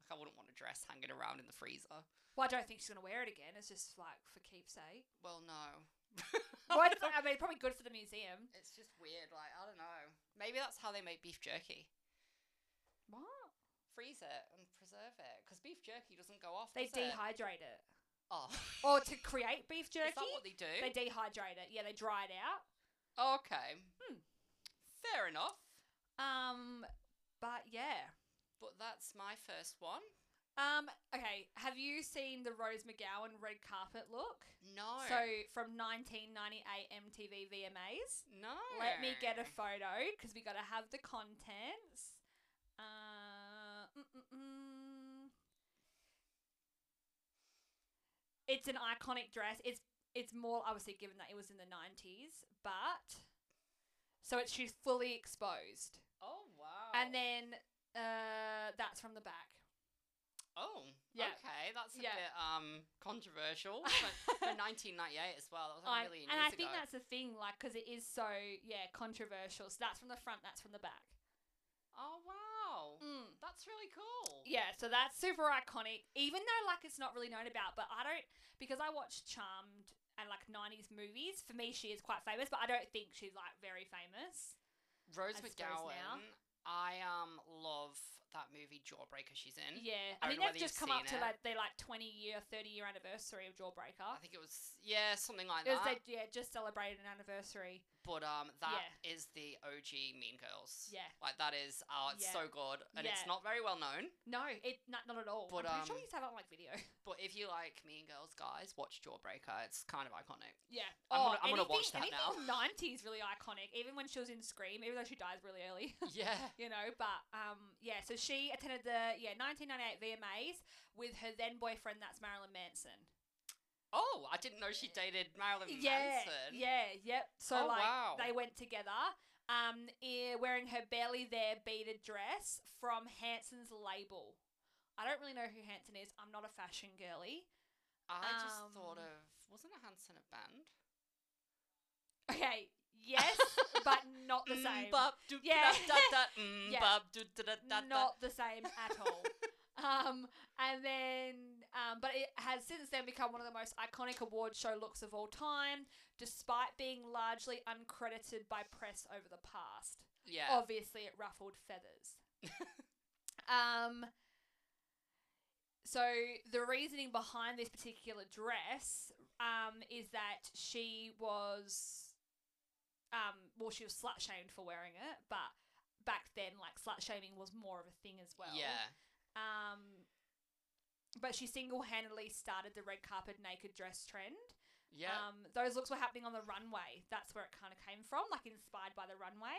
Speaker 2: Like I wouldn't want a dress hanging around in the freezer.
Speaker 3: Well, I don't think she's gonna wear it again. It's just like for keepsake.
Speaker 2: Well, no.
Speaker 3: well, it's, I mean, probably good for the museum.
Speaker 2: It's just weird. Like I don't know. Maybe that's how they make beef jerky.
Speaker 3: What?
Speaker 2: Freeze it and preserve it because beef jerky doesn't go off.
Speaker 3: They
Speaker 2: does it?
Speaker 3: dehydrate it,
Speaker 2: Oh,
Speaker 3: or to create beef jerky,
Speaker 2: is that what they do? Oh,
Speaker 3: they dehydrate it. Yeah, they dry it out.
Speaker 2: okay.
Speaker 3: Hmm.
Speaker 2: Fair enough.
Speaker 3: Um, but yeah,
Speaker 2: But that's my first one.
Speaker 3: Um, okay. Have you seen the Rose McGowan red carpet look?
Speaker 2: No.
Speaker 3: So from 1998 MTV VMAs.
Speaker 2: no.
Speaker 3: Let me get a photo because we got to have the contents. Uh, mm, mm, mm. It's an iconic dress. It's it's more obviously given that it was in the 90s, but so it's she's fully exposed.
Speaker 2: Oh wow.
Speaker 3: And then uh, that's from the back.
Speaker 2: Oh.
Speaker 3: Yeah.
Speaker 2: Okay, that's a
Speaker 3: Yeah.
Speaker 2: bit um controversial. But for 1998 as well. That was like
Speaker 3: I-
Speaker 2: a million
Speaker 3: and I
Speaker 2: years
Speaker 3: think
Speaker 2: ago.
Speaker 3: that's the thing, like, because it is so yeah controversial. So that's from the front, that's from the back.
Speaker 2: Oh wow.
Speaker 3: Mm.
Speaker 2: That's really cool.
Speaker 3: Yeah, so that's super iconic. Even though like it's not really known about, but I don't because I watch Charmed and like '90s movies. For me, she is quite famous, but I don't think she's like very famous.
Speaker 2: Rose
Speaker 3: I suppose
Speaker 2: McGowan.
Speaker 3: now.
Speaker 2: I um love that movie Jawbreaker she's in.
Speaker 3: Yeah,
Speaker 2: Mm. I
Speaker 3: I,
Speaker 2: don't
Speaker 3: think
Speaker 2: know whether
Speaker 3: they've just
Speaker 2: you've
Speaker 3: come up to
Speaker 2: seen it.
Speaker 3: like their like 20 year, 30 year anniversary of
Speaker 2: I
Speaker 3: Jawbreaker.
Speaker 2: think it was yeah, something like
Speaker 3: It was
Speaker 2: that.
Speaker 3: they yeah just celebrated an anniversary.
Speaker 2: But um, that is the OG Mean Girls.
Speaker 3: Yeah.
Speaker 2: Like that is oh, it's
Speaker 3: Yeah.
Speaker 2: so good, and it's
Speaker 3: Yeah.
Speaker 2: not very well known.
Speaker 3: No, it not, not at all.
Speaker 2: But,
Speaker 3: But, I'm pretty sure we
Speaker 2: um,
Speaker 3: used to have it on like video.
Speaker 2: But if you like Mean Girls, guys, watch Jawbreaker. It's kind of iconic.
Speaker 3: Yeah.
Speaker 2: I'm
Speaker 3: oh,
Speaker 2: gonna- I'm gonna watch
Speaker 3: anything-
Speaker 2: that now.
Speaker 3: anything 90s really iconic. Even when she was in Scream, even though she dies really early.
Speaker 2: yeah.
Speaker 3: you know but um yeah so she attended the yeah 1998 VMAs with her then boyfriend that's Marilyn Manson
Speaker 2: Oh, I didn't know she dated Marilyn
Speaker 3: yeah
Speaker 2: Manson.
Speaker 3: yeah yep so
Speaker 2: Oh,
Speaker 3: like
Speaker 2: wow.
Speaker 3: they went together um eh, wearing her barely there beaded dress from Hanson's label I don't really know who Hanson is I'm not a fashion girly
Speaker 2: I just
Speaker 3: Um,
Speaker 2: thought
Speaker 3: Mm,
Speaker 2: of wasn't a Hanson a band?
Speaker 3: okay yes but not the
Speaker 2: Mm,
Speaker 3: same Yeah. Yeah. not the same at all. um, and then, um, but it has since then become one of the most iconic award show looks of all time, despite being largely uncredited by press over the past.
Speaker 2: Yeah.
Speaker 3: Obviously, it ruffled feathers. um, so the reasoning behind this particular dress um, is that she was, um, well, she was slut shamed for wearing it, but back then, like slut shaming was more of a thing as well.
Speaker 2: yeah.
Speaker 3: Um, but she single handedly started the red carpet naked dress trend.
Speaker 2: Yeah.
Speaker 3: Um, those looks were happening on the runway. That's where it kind of came from, like inspired by the runway.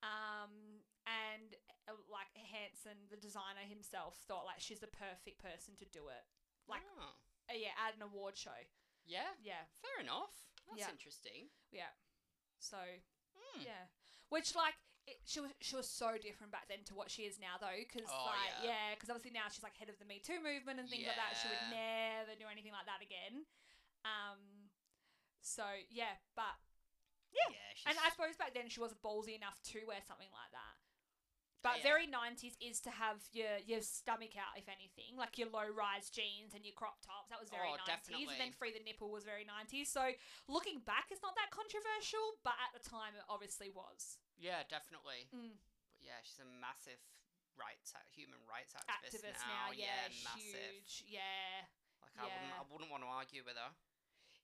Speaker 3: Um, and uh, like Hanson, the designer himself, thought like she's the perfect person to do it. Like,
Speaker 2: Oh.
Speaker 3: uh, yeah, at an award show.
Speaker 2: Yeah.
Speaker 3: Yeah,
Speaker 2: Fair enough. That's
Speaker 3: Yeah.
Speaker 2: interesting.
Speaker 3: so
Speaker 2: Hmm.
Speaker 3: yeah, which like it, she was she was so different back then to what she is now though, because
Speaker 2: Oh,
Speaker 3: like
Speaker 2: yeah.
Speaker 3: yeah, because obviously now she's like head of the Me Too movement and things like that. She would never do anything like that again. Um, so yeah, but Yeah.
Speaker 2: she's,
Speaker 3: And I suppose back then she wasn't ballsy enough to wear something like that. But
Speaker 2: Yeah.
Speaker 3: very nineties is to have your your stomach out, if anything, like your low rise jeans and your crop tops. That was very
Speaker 2: Oh,
Speaker 3: nineties, and
Speaker 2: definitely.
Speaker 3: then free the nipple was very nineties. So looking back, it's not that controversial, but at the time, it obviously was.
Speaker 2: yeah, definitely.
Speaker 3: Mm.
Speaker 2: But yeah, she's a massive rights ac- human rights activist,
Speaker 3: Activist
Speaker 2: now.
Speaker 3: now, yeah,
Speaker 2: massive.
Speaker 3: huge, yeah,
Speaker 2: Like I wouldn't,
Speaker 3: yeah.
Speaker 2: I wouldn't want to argue with her.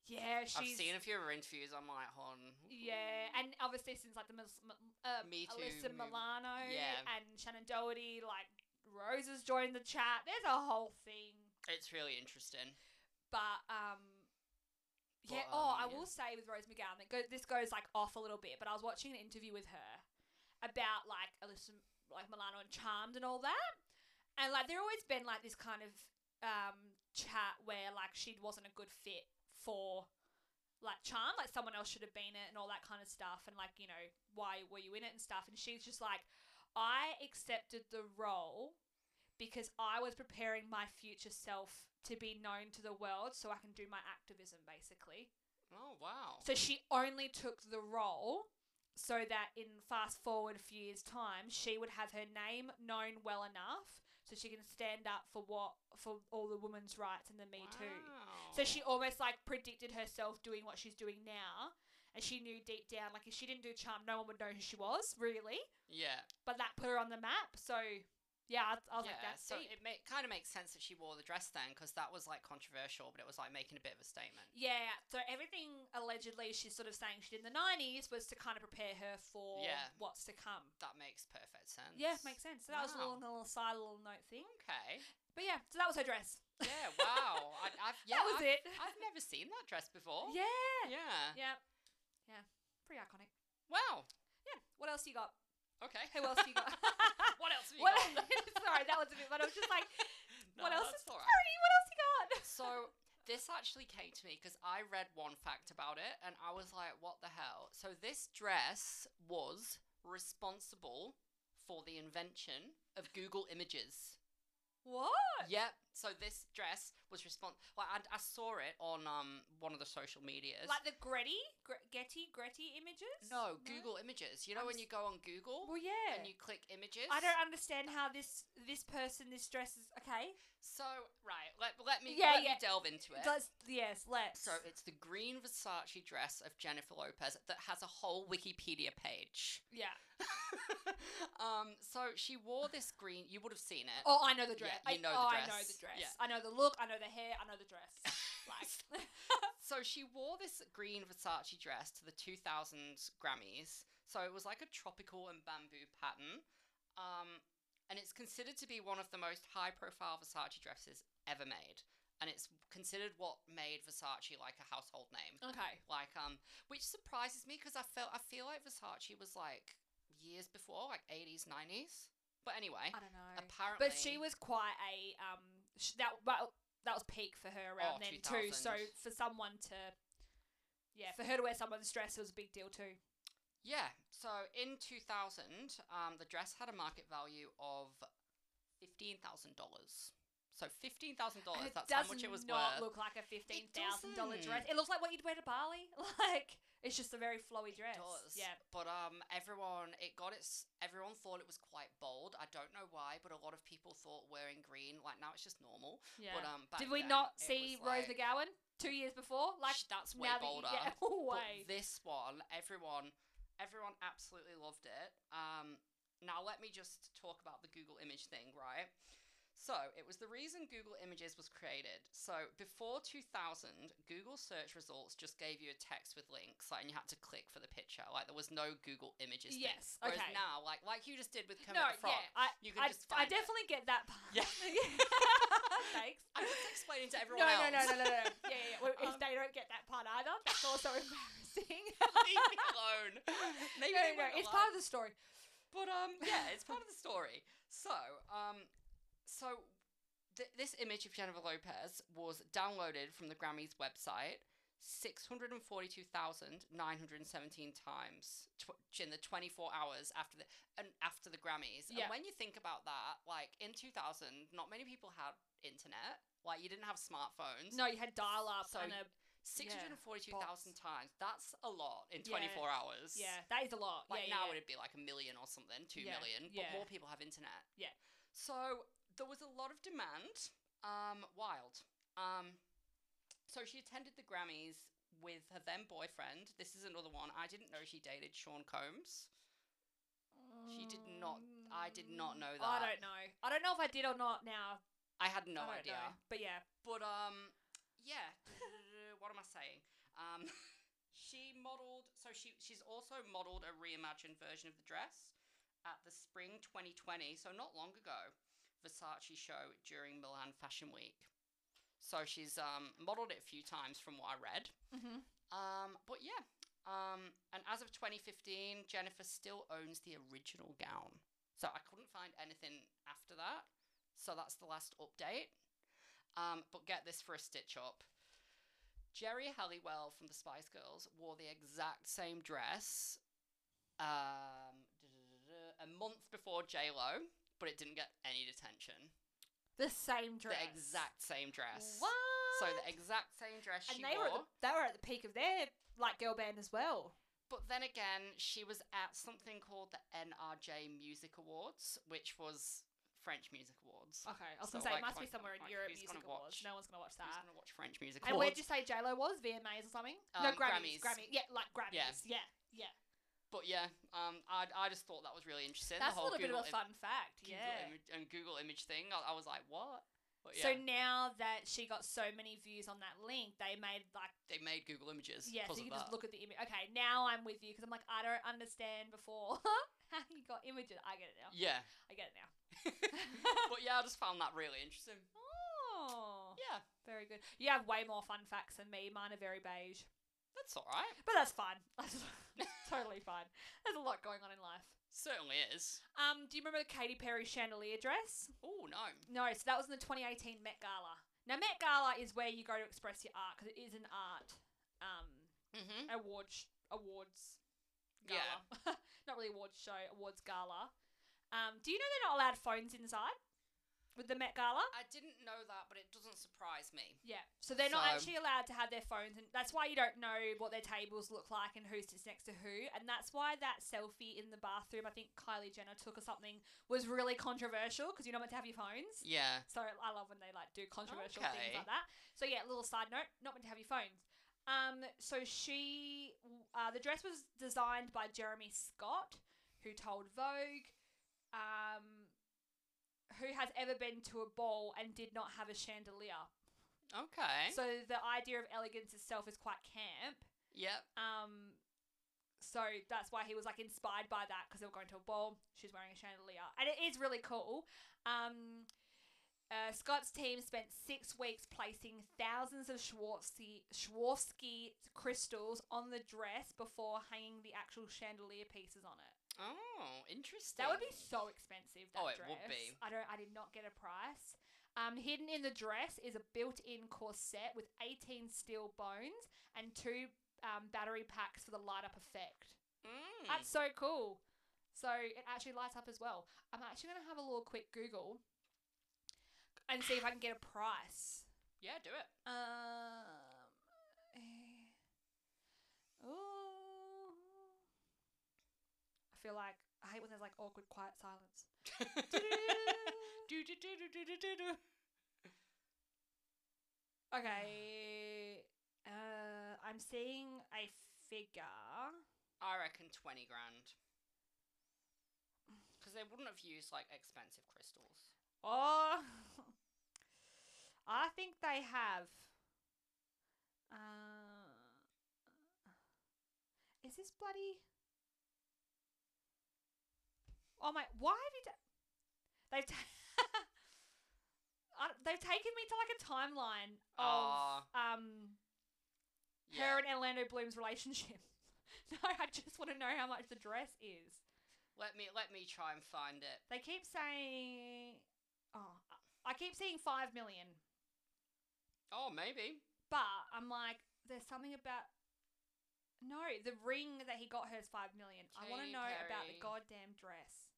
Speaker 3: yeah. She's
Speaker 2: I've seen a few of her interviews. I'm like, hon.
Speaker 3: Yeah, and obviously since like the Mis- M- uh,
Speaker 2: Me Too
Speaker 3: Alyssa
Speaker 2: move-
Speaker 3: Milano
Speaker 2: yeah.
Speaker 3: and Shannon Doherty, like Rose has joined the chat. There's a whole thing,
Speaker 2: it's really interesting.
Speaker 3: but um. Yeah.
Speaker 2: But,
Speaker 3: oh,
Speaker 2: um,
Speaker 3: I
Speaker 2: yeah.
Speaker 3: will say with Rose McGowan, that go, this goes like off a little bit, but I was watching an interview with her about like Alyssa, like Milano and Charmed and all that, and like there always been like this kind of um chat where like she wasn't a good fit for like Charmed, like someone else should have been it and all that kind of stuff, and like you know why were you in it and stuff, and she's just like, I accepted the role because I was preparing my future self to be known to the world so I can do my activism basically.
Speaker 2: Oh wow.
Speaker 3: So she only took the role so that in fast forward a few years' time, she would have her name known well enough so she can stand up for what for all the women's rights and the Me Too. So she
Speaker 2: Wow.
Speaker 3: almost like predicted herself doing what she's doing now, and she knew deep down like if she didn't do Charm, no one would know who she was really.
Speaker 2: Yeah.
Speaker 3: But that put her on the map. So Yeah, I, I was like, that's
Speaker 2: so
Speaker 3: deep.
Speaker 2: it ma- kind of makes sense that she wore the dress then, because that was like controversial, but it was like making a bit of a statement.
Speaker 3: yeah, so everything allegedly she's sort of saying she did in the 90s was to kind of prepare her for
Speaker 2: Yeah.
Speaker 3: what's to come.
Speaker 2: That makes perfect sense.
Speaker 3: Yeah, makes sense. So that was a
Speaker 2: Wow.
Speaker 3: little, little side little note thing.
Speaker 2: Okay.
Speaker 3: But yeah, so that was her dress.
Speaker 2: Yeah. Wow. I, I've yeah.
Speaker 3: that was
Speaker 2: I've,
Speaker 3: it.
Speaker 2: I've never seen that dress before.
Speaker 3: yeah.
Speaker 2: Yeah.
Speaker 3: Yeah. Yeah. Pretty iconic.
Speaker 2: Wow.
Speaker 3: Yeah. What else you got?
Speaker 2: Okay.
Speaker 3: Who else you got?
Speaker 2: what else have you
Speaker 3: what,
Speaker 2: got?
Speaker 3: sorry, that was a bit, but I was just like,
Speaker 2: No,
Speaker 3: what else
Speaker 2: that's
Speaker 3: is
Speaker 2: all right.
Speaker 3: Tony, what else you got?
Speaker 2: So this actually came to me because I read one fact about it and I was like, what the hell? So this dress was responsible for the invention of Google Images.
Speaker 3: What?
Speaker 2: Yep. So this dress was responsible. Like I, I saw it on um one of the social medias.
Speaker 3: Like the Gretty, Gre- Getty, Gretty images?
Speaker 2: no, Google Images. You know
Speaker 3: I'm
Speaker 2: when you go on Google
Speaker 3: Well, yeah.
Speaker 2: and you click images.
Speaker 3: I don't understand how this this person this dress is okay.
Speaker 2: So right, let let me
Speaker 3: Yeah,
Speaker 2: let
Speaker 3: yeah.
Speaker 2: me delve into it.
Speaker 3: Does yes, let's.
Speaker 2: So it's the green Versace dress of Jennifer Lopez that has a whole Wikipedia page.
Speaker 3: yeah.
Speaker 2: um, so she wore this green. You would have seen it.
Speaker 3: Oh, I know the dress.
Speaker 2: Yeah, you
Speaker 3: I,
Speaker 2: know the
Speaker 3: oh, I know
Speaker 2: dress.
Speaker 3: the dress.
Speaker 2: Yeah.
Speaker 3: I know the look. I know the hair. I know the dress. Like,
Speaker 2: So she wore this green Versace dress to the 2000s Grammys. So it was like a tropical and bamboo pattern. Um, and it's considered to be one of the most high profile Versace dresses ever made. And it's considered what made Versace like a household name.
Speaker 3: okay.
Speaker 2: like um which surprises me because i felt i feel like versace was like years before like 80s 90s but anyway
Speaker 3: I don't know.
Speaker 2: apparently
Speaker 3: But she was quite a um sh- that well, that was peak for her around
Speaker 2: Oh,
Speaker 3: then too. So
Speaker 2: 2000.
Speaker 3: for someone to yeah, for her to wear someone's dress was a big deal too.
Speaker 2: yeah so in 2000 um the dress had a market value of $15000 so $15000
Speaker 3: And
Speaker 2: Oh, that's how much it was
Speaker 3: not look
Speaker 2: worth
Speaker 3: like a fifteen thousand dollar
Speaker 2: doesn't.
Speaker 3: dress. It looks like what you'd wear to Bali. Like it's just a very flowy dress.
Speaker 2: It does.
Speaker 3: Yeah.
Speaker 2: But um, everyone it got its. Everyone thought it was quite bold. I don't know why, but a lot of people thought wearing green. Like now, it's just normal.
Speaker 3: Yeah.
Speaker 2: But um, back
Speaker 3: Did we
Speaker 2: then,
Speaker 3: not
Speaker 2: it
Speaker 3: see
Speaker 2: was
Speaker 3: Rose
Speaker 2: like-
Speaker 3: McGowan two years before? Like
Speaker 2: Sh- that's way
Speaker 3: now that you-
Speaker 2: bolder.
Speaker 3: yeah, way.
Speaker 2: But this one, everyone, everyone absolutely loved it. Um, now let me just talk about the Google image thing, right? So it was the reason Google Images was created. So before 2000, Google search results just gave you a text with links, like, and you had to click for the picture. Like there was no Google Images. thing.
Speaker 3: Yes,
Speaker 2: Whereas
Speaker 3: okay.
Speaker 2: now, like like you just did with Kermit
Speaker 3: no,
Speaker 2: the Frog,
Speaker 3: yeah, I,
Speaker 2: you can
Speaker 3: I,
Speaker 2: just
Speaker 3: I
Speaker 2: find it.
Speaker 3: definitely get that part.
Speaker 2: Yeah.
Speaker 3: Thanks.
Speaker 2: I'm just explaining to
Speaker 3: No,
Speaker 2: everyone
Speaker 3: no,
Speaker 2: else.
Speaker 3: no, no, no, no, no. Yeah, yeah. yeah. Well,
Speaker 2: Um,
Speaker 3: if they don't get that part either, that's also embarrassing.
Speaker 2: Leave me alone. Maybe
Speaker 3: no,
Speaker 2: they
Speaker 3: no, no.
Speaker 2: won't
Speaker 3: It's
Speaker 2: allow
Speaker 3: part of the story.
Speaker 2: But um, yeah, it's part of the story. So um, so th- this image of Jennifer Lopez was downloaded from the Grammys website six hundred and forty-two thousand nine hundred and seventeen times tw- in the twenty-four hours after the and after the Grammys.
Speaker 3: Yeah.
Speaker 2: And when you think about that, like in two thousand, not many people had internet. Like you didn't have smartphones.
Speaker 3: No, you had dial up
Speaker 2: So
Speaker 3: and a
Speaker 2: six hundred and forty-two thousand times. That's a lot in
Speaker 3: Yeah.
Speaker 2: twenty-four hours.
Speaker 3: yeah. That is a lot.
Speaker 2: Like
Speaker 3: yeah,
Speaker 2: now
Speaker 3: yeah.
Speaker 2: it'd be like a million or something, two
Speaker 3: Yeah,
Speaker 2: million.
Speaker 3: yeah.
Speaker 2: But more people have internet.
Speaker 3: Yeah.
Speaker 2: So there was a lot of demand. Um, wild. Um, so she attended the Grammys with her then boyfriend. This is another one. I didn't know she dated Sean Combs. She did not- I did not know
Speaker 3: I
Speaker 2: that.
Speaker 3: don't know. I don't know if I did or not now.
Speaker 2: I had no
Speaker 3: I don't
Speaker 2: idea.
Speaker 3: Know. But yeah.
Speaker 2: But um, yeah. what am I saying? Um, she modeled. So she she's also modeled a reimagined version of the dress at the spring 2020. So not long ago, Versace show during Milan Fashion Week. So she's um modeled it a few times from what I read.
Speaker 3: Mm-hmm.
Speaker 2: Um, but yeah. Um, and as of 2015, Jennifer still owns the original gown. So I couldn't find anything after that. So that's the last update. Um, but get this for a stitch up. Jerry Halliwell from the Spice Girls wore the exact same dress um, a month before Lo, but it didn't get any detention.
Speaker 3: The same dress.
Speaker 2: The exact same dress.
Speaker 3: What?
Speaker 2: So the exact same dress
Speaker 3: and
Speaker 2: she
Speaker 3: they were at
Speaker 2: wore.
Speaker 3: the, they were at the peak of their like girl band as well.
Speaker 2: But then again, she was at something called the NRJ Music Awards, which was French Music Awards.
Speaker 3: Okay, I was
Speaker 2: So,
Speaker 3: gonna say it
Speaker 2: like,
Speaker 3: must be
Speaker 2: like-
Speaker 3: somewhere in
Speaker 2: like,
Speaker 3: Europe.
Speaker 2: who's
Speaker 3: Music
Speaker 2: gonna
Speaker 3: awards.
Speaker 2: watch-
Speaker 3: No one's gonna watch
Speaker 2: Who's
Speaker 3: that.
Speaker 2: gonna watch French Music
Speaker 3: And where'd
Speaker 2: Awards?
Speaker 3: you say J Lo was VMAs or something? no,
Speaker 2: Um,
Speaker 3: Grammys, Grammys.
Speaker 2: Grammys.
Speaker 3: Yeah, like Grammys.
Speaker 2: Yeah.
Speaker 3: Yeah, yeah.
Speaker 2: But yeah, um, I, I just thought that was really interesting.
Speaker 3: That's a
Speaker 2: the whole
Speaker 3: little bit
Speaker 2: Google
Speaker 3: of a fun fact.
Speaker 2: Google
Speaker 3: yeah.
Speaker 2: image and Google image thing. I, I was like, what? But
Speaker 3: So
Speaker 2: yeah,
Speaker 3: now that she got so many views on that link, they made like
Speaker 2: they made Google images.
Speaker 3: yeah, so
Speaker 2: because
Speaker 3: you
Speaker 2: of
Speaker 3: can
Speaker 2: that.
Speaker 3: just look at the image. Okay, now I'm with you because I'm like I don't understand before how you got images. I get it now.
Speaker 2: Yeah,
Speaker 3: I get it now.
Speaker 2: but yeah, I just found that really interesting.
Speaker 3: oh,
Speaker 2: Yeah,
Speaker 3: very good. You have way more fun facts than me. Mine are very beige,
Speaker 2: that's all right.
Speaker 3: but that's fine. That's totally fine. There's a lot going on in life.
Speaker 2: Certainly is.
Speaker 3: Um, do you remember the Katy Perry chandelier dress?
Speaker 2: Oh no.
Speaker 3: No, so that was in the 2018 Met Gala. Now Met Gala is where you go to express your art because it is an art um
Speaker 2: Mhm.
Speaker 3: award sh- awards gala.
Speaker 2: Yeah.
Speaker 3: not really awards show, awards gala. Um, do you know they're not allowed phones inside with the Met Gala?
Speaker 2: I didn't know that, but it doesn't surprise me.
Speaker 3: Yeah. So they're not
Speaker 2: So-
Speaker 3: actually allowed to have their phones and that's why you don't know what their tables look like and who sits next to who. And that's why that selfie in the bathroom I think Kylie Jenner took or something was really controversial because you're not meant to have your phones.
Speaker 2: Yeah.
Speaker 3: So I love when they like do controversial things
Speaker 2: Okay.
Speaker 3: like that. So yeah, little side note, not meant to have your phones. Um, so she, uh, the dress was designed by Jeremy Scott, who told Vogue, um, who has ever been to a ball and did not have a chandelier.
Speaker 2: Okay.
Speaker 3: So the idea of elegance itself is quite camp.
Speaker 2: yep.
Speaker 3: Um, so that's why he was like inspired by that because they were going to a ball. She's wearing a chandelier, and it is really cool. Um, uh, Scott's team spent six weeks placing thousands of Swarovski, Swarovski crystals on the dress before hanging the actual chandelier pieces on it.
Speaker 2: Oh, interesting.
Speaker 3: That would be so expensive. That
Speaker 2: Oh, it
Speaker 3: dress.
Speaker 2: would be.
Speaker 3: I don't. I did not get a price. Um, hidden in the dress is a built-in corset with 18 steel bones and two um, battery packs for the light up effect.
Speaker 2: Mm.
Speaker 3: That's so cool. So it actually lights up as well. I'm actually gonna have a little quick Google and see if I can get a price.
Speaker 2: yeah, do it.
Speaker 3: Um. eh, Ooh. I feel like I hate when there's like awkward, quiet silence.
Speaker 2: do do do do do do do do.
Speaker 3: okay. Uh, I'm seeing a figure.
Speaker 2: I reckon twenty grand. Because they wouldn't have used like expensive crystals.
Speaker 3: Oh, I think they have. Uh, is this bloody? Oh my! Why have you? Ta- they've ta- I don't- they've taken me to like a timeline of um her and Orlando Bloom's relationship. no, I just want to know how much the dress is.
Speaker 2: Let me let me try and find it.
Speaker 3: They keep saying, oh, I keep seeing five million,
Speaker 2: Oh, maybe.
Speaker 3: but I'm like, there's something about. No, the ring that he got her is five million. I want to
Speaker 2: Katy
Speaker 3: know about the
Speaker 2: Perry.
Speaker 3: goddamn dress.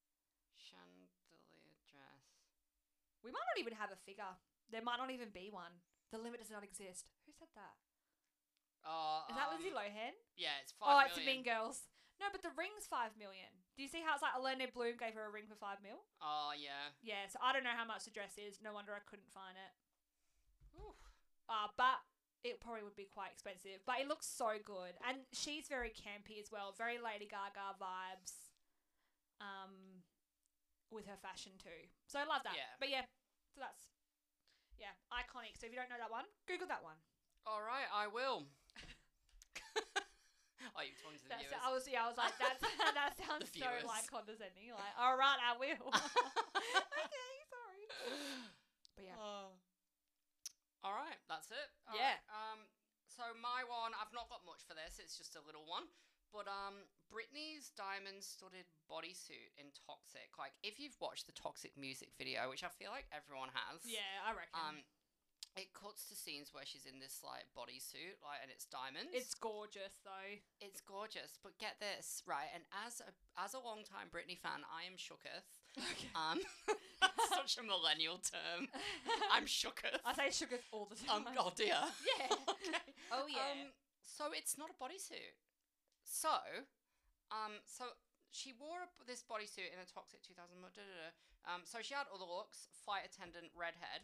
Speaker 2: Chandelier dress.
Speaker 3: We might not even have a figure. There might not even be one. The limit does not exist. Who said that?
Speaker 2: Oh,
Speaker 3: Is that
Speaker 2: um,
Speaker 3: Lindsay Lohan?
Speaker 2: Yeah, it's
Speaker 3: Oh,
Speaker 2: five
Speaker 3: it's
Speaker 2: million.
Speaker 3: the Mean Girls. No, but the ring's five million. Do you see how it's like Orlando Bloom gave her a ring for five mil?
Speaker 2: Oh yeah.
Speaker 3: Yeah, so I don't know how much the dress is. No wonder I couldn't find it.
Speaker 2: Oof.
Speaker 3: Uh, but it probably would be quite expensive. But it looks so good. And she's very campy as well. Very Lady Gaga vibes. Um with her fashion too. So I love that.
Speaker 2: Yeah.
Speaker 3: But yeah, so that's yeah, iconic. So if you don't know that one, Google that one.
Speaker 2: All right, I will. oh, you've talking to the
Speaker 3: That's,
Speaker 2: viewers.
Speaker 3: I was yeah, I was like, that's, that sounds
Speaker 2: The
Speaker 3: so
Speaker 2: viewers.
Speaker 3: like condescending. Like, all right, I will. okay, sorry. But yeah.
Speaker 2: Oh. all right, that's it. All
Speaker 3: Yeah.
Speaker 2: right, Um. So my one, I've not got much for this. It's just a little one. But um, Britney's diamond-studded bodysuit in Toxic. Like, if you've watched the Toxic music video, which I feel like everyone has.
Speaker 3: Yeah, I reckon.
Speaker 2: Um, it cuts to scenes where she's in this like bodysuit, like, and it's diamonds.
Speaker 3: it's gorgeous though.
Speaker 2: It's gorgeous, but get this right. And as a as a long time Britney fan, I am shooketh.
Speaker 3: Okay.
Speaker 2: Um, such a millennial term. I'm shooketh.
Speaker 3: I say sugars all the time.
Speaker 2: um, oh dear.
Speaker 3: Yeah.
Speaker 2: okay.
Speaker 3: oh
Speaker 2: Um, so it's not a bodysuit. So, um, so she wore a, this bodysuit in a toxic 2000. mo- Da, da, da. Um, so she had all the looks, flight attendant, redhead.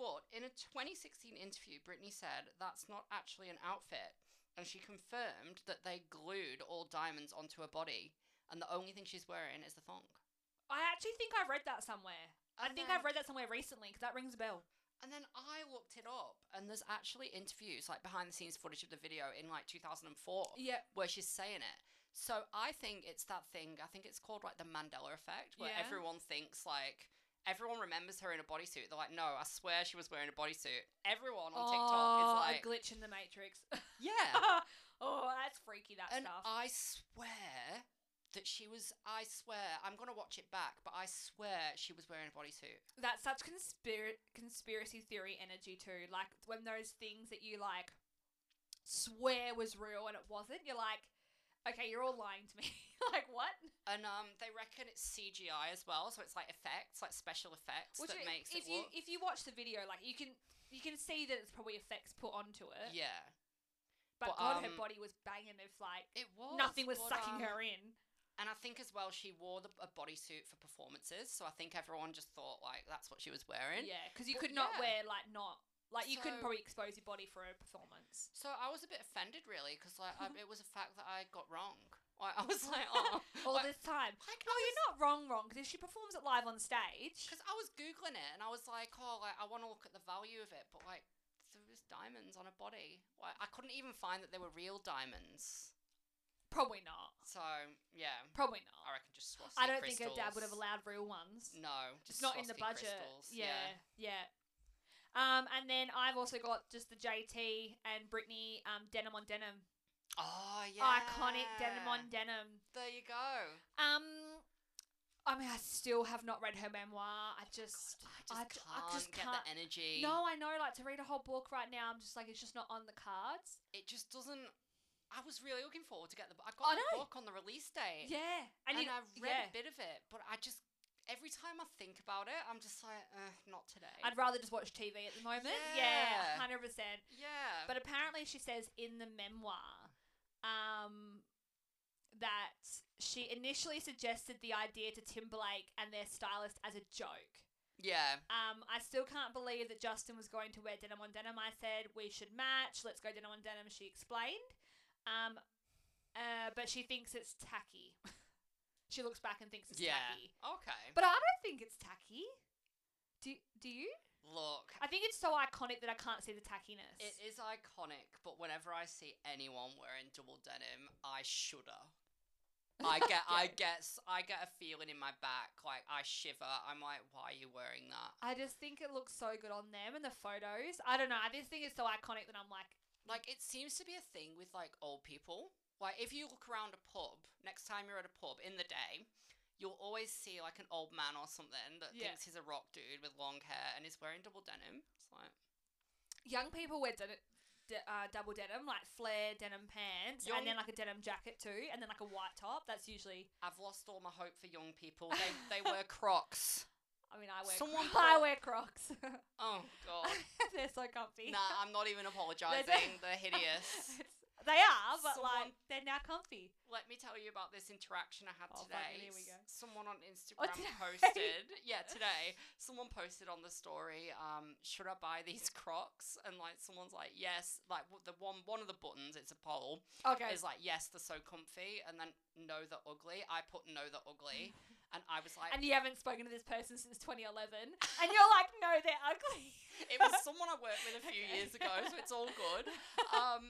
Speaker 2: But in a 2016 interview, Britney said that's not actually an outfit. and she confirmed that they glued all diamonds onto her body, and the only thing she's wearing is the thong.
Speaker 3: I actually think I read that somewhere. I think I've read that somewhere recently because that rings a bell.
Speaker 2: And then I looked it up, and there's actually interviews, like behind the scenes footage of the video in like 2004,
Speaker 3: Yeah.
Speaker 2: where she's saying it. So I think it's that thing. I think it's called like the Mandela effect, where
Speaker 3: Yeah.
Speaker 2: everyone thinks like everyone remembers her in a bodysuit. They're like, no, I swear she was wearing a bodysuit. Everyone on TikTok is
Speaker 3: Oh, a
Speaker 2: like,
Speaker 3: glitch in the matrix.
Speaker 2: yeah.
Speaker 3: oh, that's freaky. That
Speaker 2: And
Speaker 3: stuff.
Speaker 2: I swear that she was. I swear. I'm gonna watch it back, but I swear she was wearing a bodysuit.
Speaker 3: that's such conspira- conspiracy theory energy too. Like when those things that you like swear was real and it wasn't, you're like, okay, you're all lying to me. like what?
Speaker 2: And um, they reckon it's CGI as well, so it's like effects, like special effects
Speaker 3: Which
Speaker 2: that
Speaker 3: i-
Speaker 2: makes
Speaker 3: if
Speaker 2: it
Speaker 3: you
Speaker 2: look.
Speaker 3: if you watch the video, like you can you can see that it's probably effects put onto it.
Speaker 2: yeah,
Speaker 3: But,
Speaker 2: but,
Speaker 3: God, her
Speaker 2: um,
Speaker 3: body was banging. If like
Speaker 2: it was.
Speaker 3: nothing was
Speaker 2: but,
Speaker 3: sucking
Speaker 2: um,
Speaker 3: her in.
Speaker 2: And I think as well, she wore the, a bodysuit for performances, so I think everyone just thought like that's what she was wearing.
Speaker 3: Yeah, because you
Speaker 2: Well,
Speaker 3: could not
Speaker 2: yeah.
Speaker 3: wear like not like you couldn't
Speaker 2: So-
Speaker 3: probably expose your body for a performance.
Speaker 2: So I was a bit offended, really, because like I, it was a fact that I got wrong. Like, I was like, oh,
Speaker 3: All
Speaker 2: like,
Speaker 3: this time.
Speaker 2: why can
Speaker 3: Oh,
Speaker 2: I just-
Speaker 3: you're not wrong, wrong. Because if she performs it live on stage,
Speaker 2: Because I was googling it and I was like, oh, like, I want to look at the value of it, but like there was diamonds on her body. Like, I couldn't even find that they were real diamonds.
Speaker 3: probably not.
Speaker 2: So yeah,
Speaker 3: Probably
Speaker 2: I
Speaker 3: not.
Speaker 2: reckon just swastika
Speaker 3: I don't think her dad would have
Speaker 2: crystals.
Speaker 3: allowed real ones.
Speaker 2: No,
Speaker 3: It's
Speaker 2: just
Speaker 3: not in the budget.
Speaker 2: swastika crystals,
Speaker 3: Yeah, yeah. Um, and then I've also got just the JT and Britney um, denim on denim,
Speaker 2: Oh yeah.
Speaker 3: iconic denim on denim.
Speaker 2: There you go.
Speaker 3: Um, I mean, I still have not read her memoir. I just, I
Speaker 2: I
Speaker 3: d-
Speaker 2: just can't
Speaker 3: I just
Speaker 2: get
Speaker 3: can't-
Speaker 2: the energy.
Speaker 3: no, I know. Like to read a whole book right now, I'm just like, it's just not on the cards.
Speaker 2: it just doesn't. I was really looking forward to get the. I
Speaker 3: I
Speaker 2: got the
Speaker 3: know.
Speaker 2: book on the release date.
Speaker 3: Yeah,
Speaker 2: and,
Speaker 3: you-
Speaker 2: I read
Speaker 3: yeah.
Speaker 2: a bit of it, but I just every time I think about it, I'm just like, uh, not today.
Speaker 3: I'd rather just watch TV at the moment.
Speaker 2: Yeah.
Speaker 3: Yeah, hundred percent.
Speaker 2: yeah,
Speaker 3: But apparently, she says in the memoir um, that she initially suggested the idea to Timberlake and their stylist as a joke.
Speaker 2: yeah,
Speaker 3: Um, I still can't believe that Justin was going to wear denim on denim. I said, we should match. Let's go denim on denim, she explained. Um, uh, but she thinks it's tacky. she looks back and thinks it's
Speaker 2: yeah.
Speaker 3: tacky.
Speaker 2: Okay.
Speaker 3: But I don't think it's tacky. Do, do you?
Speaker 2: Look,
Speaker 3: I think it's so iconic that I can't see the tackiness.
Speaker 2: it is iconic, but whenever I see anyone wearing double denim, I shudder. I get, I guess, I get a feeling in my back, like I shiver. I'm like, why are you wearing that?
Speaker 3: I just think it looks so good on them and the photos. I don't know. I just think it's so iconic that I'm like,
Speaker 2: Like it seems to be a thing with like old people. Like if you look around a pub, next time you're at a pub in the day, you'll always see like an old man or something that
Speaker 3: Yeah.
Speaker 2: thinks he's a rock dude with long hair and is wearing double denim. It's like
Speaker 3: young people wear denim, de- uh, double denim, like flare denim pants, and
Speaker 2: Young-
Speaker 3: then like a denim jacket too, and then like a white top. That's usually,
Speaker 2: I've lost all my hope for young people. They they wear Crocs.
Speaker 3: I mean, I wear
Speaker 2: Someone
Speaker 3: Crocs. I
Speaker 2: bought-
Speaker 3: wear Crocs.
Speaker 2: Oh god.
Speaker 3: They're so comfy.
Speaker 2: Nah, I'm not even apologizing. They're hideous.
Speaker 3: It's- they are, but like
Speaker 2: Someone-
Speaker 3: they're now comfy.
Speaker 2: Let me tell you about this interaction I had
Speaker 3: Oh, fuck,
Speaker 2: today.
Speaker 3: here we go. Oh,
Speaker 2: S- Someone on Instagram
Speaker 3: today.
Speaker 2: posted, yeah, today, someone posted on the story, um, should I buy these Crocs? And like, someone's like, yes. Like w- the one, one of the buttons, it's a poll,
Speaker 3: Okay.
Speaker 2: is like, yes, they're so comfy, and then no, they're ugly. I put no, they're ugly, and I was like,
Speaker 3: And you haven't spoken to this person since 2011, and you're like, no, they're ugly.
Speaker 2: it was someone I worked with a
Speaker 3: Okay.
Speaker 2: few years ago, so it's all good. Um,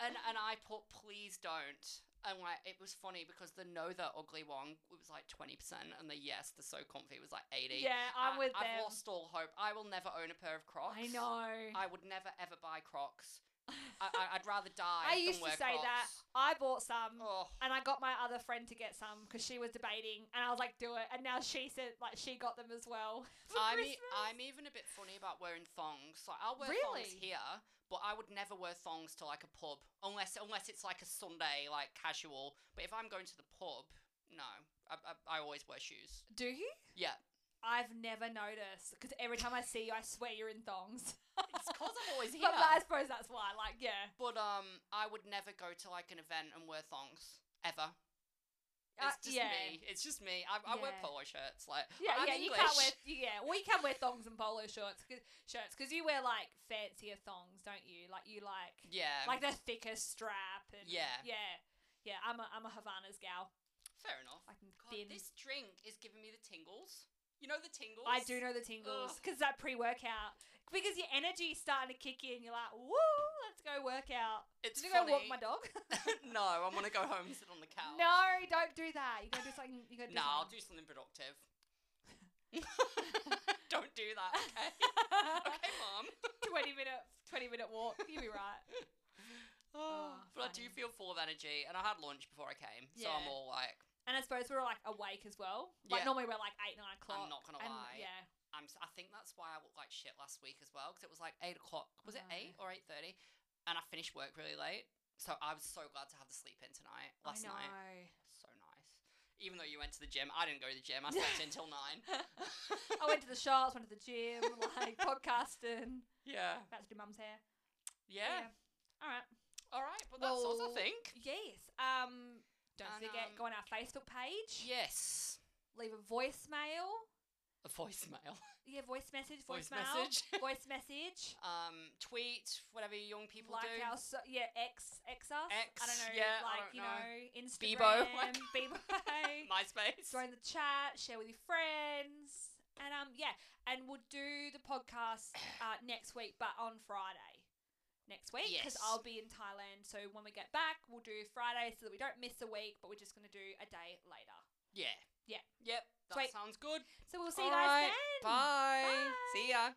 Speaker 2: and and I put please don't. And like it was funny because the no they're ugly one it was like twenty percent, and the yes they're so comfy was like eighty.
Speaker 3: Yeah, I'm
Speaker 2: I,
Speaker 3: with
Speaker 2: I've
Speaker 3: them.
Speaker 2: lost all hope. I will never own a pair of Crocs.
Speaker 3: I know.
Speaker 2: I would never ever buy Crocs. I, I, I'd rather die.
Speaker 3: I
Speaker 2: than
Speaker 3: used to
Speaker 2: wear
Speaker 3: say
Speaker 2: Crocs.
Speaker 3: that. I bought some.
Speaker 2: Oh,
Speaker 3: And I got my other friend to get some because she was debating, and I was like, "Do it!" And now she said, like, she got them as well. For
Speaker 2: I'm, e-
Speaker 3: Christmas.
Speaker 2: I'm even a bit funny about wearing thongs. Like I'll wear thongs
Speaker 3: Really?
Speaker 2: here, but I would never wear thongs to like a pub unless unless it's like a Sunday like casual. But if I'm going to the pub, no, I, I, I always wear shoes.
Speaker 3: Do you?
Speaker 2: Yeah.
Speaker 3: I've never noticed because every time I see you, I swear you're in thongs.
Speaker 2: It's because I'm always here.
Speaker 3: But I suppose that's why. Like, yeah,
Speaker 2: But um, I would never go to like an event and wear thongs ever.
Speaker 3: Uh,
Speaker 2: It's just
Speaker 3: yeah.
Speaker 2: me. It's just me. I, I wear
Speaker 3: Yeah.
Speaker 2: polo shirts. Like,
Speaker 3: Yeah,
Speaker 2: I'm
Speaker 3: yeah, you
Speaker 2: English.
Speaker 3: can't wear yeah. Well, you can wear thongs and polo shorts, 'cause- shirts because you wear like fancier thongs, don't you? Like you like
Speaker 2: Yeah,
Speaker 3: like the thicker strap. And,
Speaker 2: Yeah.
Speaker 3: yeah, yeah. I'm a I'm a Havana's gal.
Speaker 2: fair enough.
Speaker 3: Like
Speaker 2: God,
Speaker 3: thin.
Speaker 2: this drink is giving me the tingles. You know the tingles.
Speaker 3: I do know the tingles
Speaker 2: Ugh.
Speaker 3: because that pre workout because your energy's starting to kick in. You're like, woo, let's go work out.
Speaker 2: It's
Speaker 3: Did you go walk my
Speaker 2: funny.
Speaker 3: dog?
Speaker 2: no, I want to go home and sit on the couch.
Speaker 3: no, don't do that. You gotta do something. You gotta do
Speaker 2: No, I'll
Speaker 3: something.
Speaker 2: do something productive. Don't do that, okay? okay, mom.
Speaker 3: twenty minute twenty minute walk. You'll be right. Oh,
Speaker 2: but I do
Speaker 3: funny.
Speaker 2: feel full of energy, and I had lunch before I came, so I'm
Speaker 3: Yeah.
Speaker 2: all like,
Speaker 3: And I suppose we're like awake as well. Like
Speaker 2: Yeah.
Speaker 3: normally we're like eight nine o'clock.
Speaker 2: I'm not gonna
Speaker 3: and,
Speaker 2: lie.
Speaker 3: Yeah.
Speaker 2: I'm. s- I think that's why I looked like shit last week as well, because it was like eight o'clock. Was it
Speaker 3: Oh.
Speaker 2: eight or eight thirty? And I finished work really late, so I was so glad to have the sleep in tonight.
Speaker 3: I
Speaker 2: Last
Speaker 3: know.
Speaker 2: night, so nice. Even though you went to the gym, I didn't go to the gym. I slept until nine.
Speaker 3: I went to the shops, went to the gym, like podcasting.
Speaker 2: yeah.
Speaker 3: About to do mum's hair.
Speaker 2: Yeah.
Speaker 3: All right.
Speaker 2: All right, but that's all I
Speaker 3: Well,
Speaker 2: think.
Speaker 3: Yes. Um. Don't
Speaker 2: And,
Speaker 3: forget,
Speaker 2: um,
Speaker 3: go on our Facebook page.
Speaker 2: Yes.
Speaker 3: Leave a voicemail.
Speaker 2: A voicemail.
Speaker 3: Yeah, voice message.
Speaker 2: Voice
Speaker 3: Voicemail.
Speaker 2: message.
Speaker 3: voice message.
Speaker 2: um, tweet, whatever young people
Speaker 3: like
Speaker 2: do.
Speaker 3: our so, yeah X X us.
Speaker 2: X,
Speaker 3: I don't know.
Speaker 2: yeah, I
Speaker 3: like
Speaker 2: don't
Speaker 3: you
Speaker 2: know.
Speaker 3: know,
Speaker 2: Bebo.
Speaker 3: Instagram. Bebo.
Speaker 2: MySpace.
Speaker 3: join the chat, share with your friends, and um, yeah, and we'll do the podcast uh, next week, but on Friday next week because
Speaker 2: Yes.
Speaker 3: I'll be in Thailand. So when we get back, we'll do Friday so that we don't miss a week, but we're just gonna do a day later.
Speaker 2: Yeah.
Speaker 3: Yeah.
Speaker 2: Yep. That
Speaker 3: Sweet.
Speaker 2: sounds good.
Speaker 3: So we'll see
Speaker 2: All
Speaker 3: you guys
Speaker 2: right,
Speaker 3: then.
Speaker 2: Bye.
Speaker 3: Bye.
Speaker 2: See ya.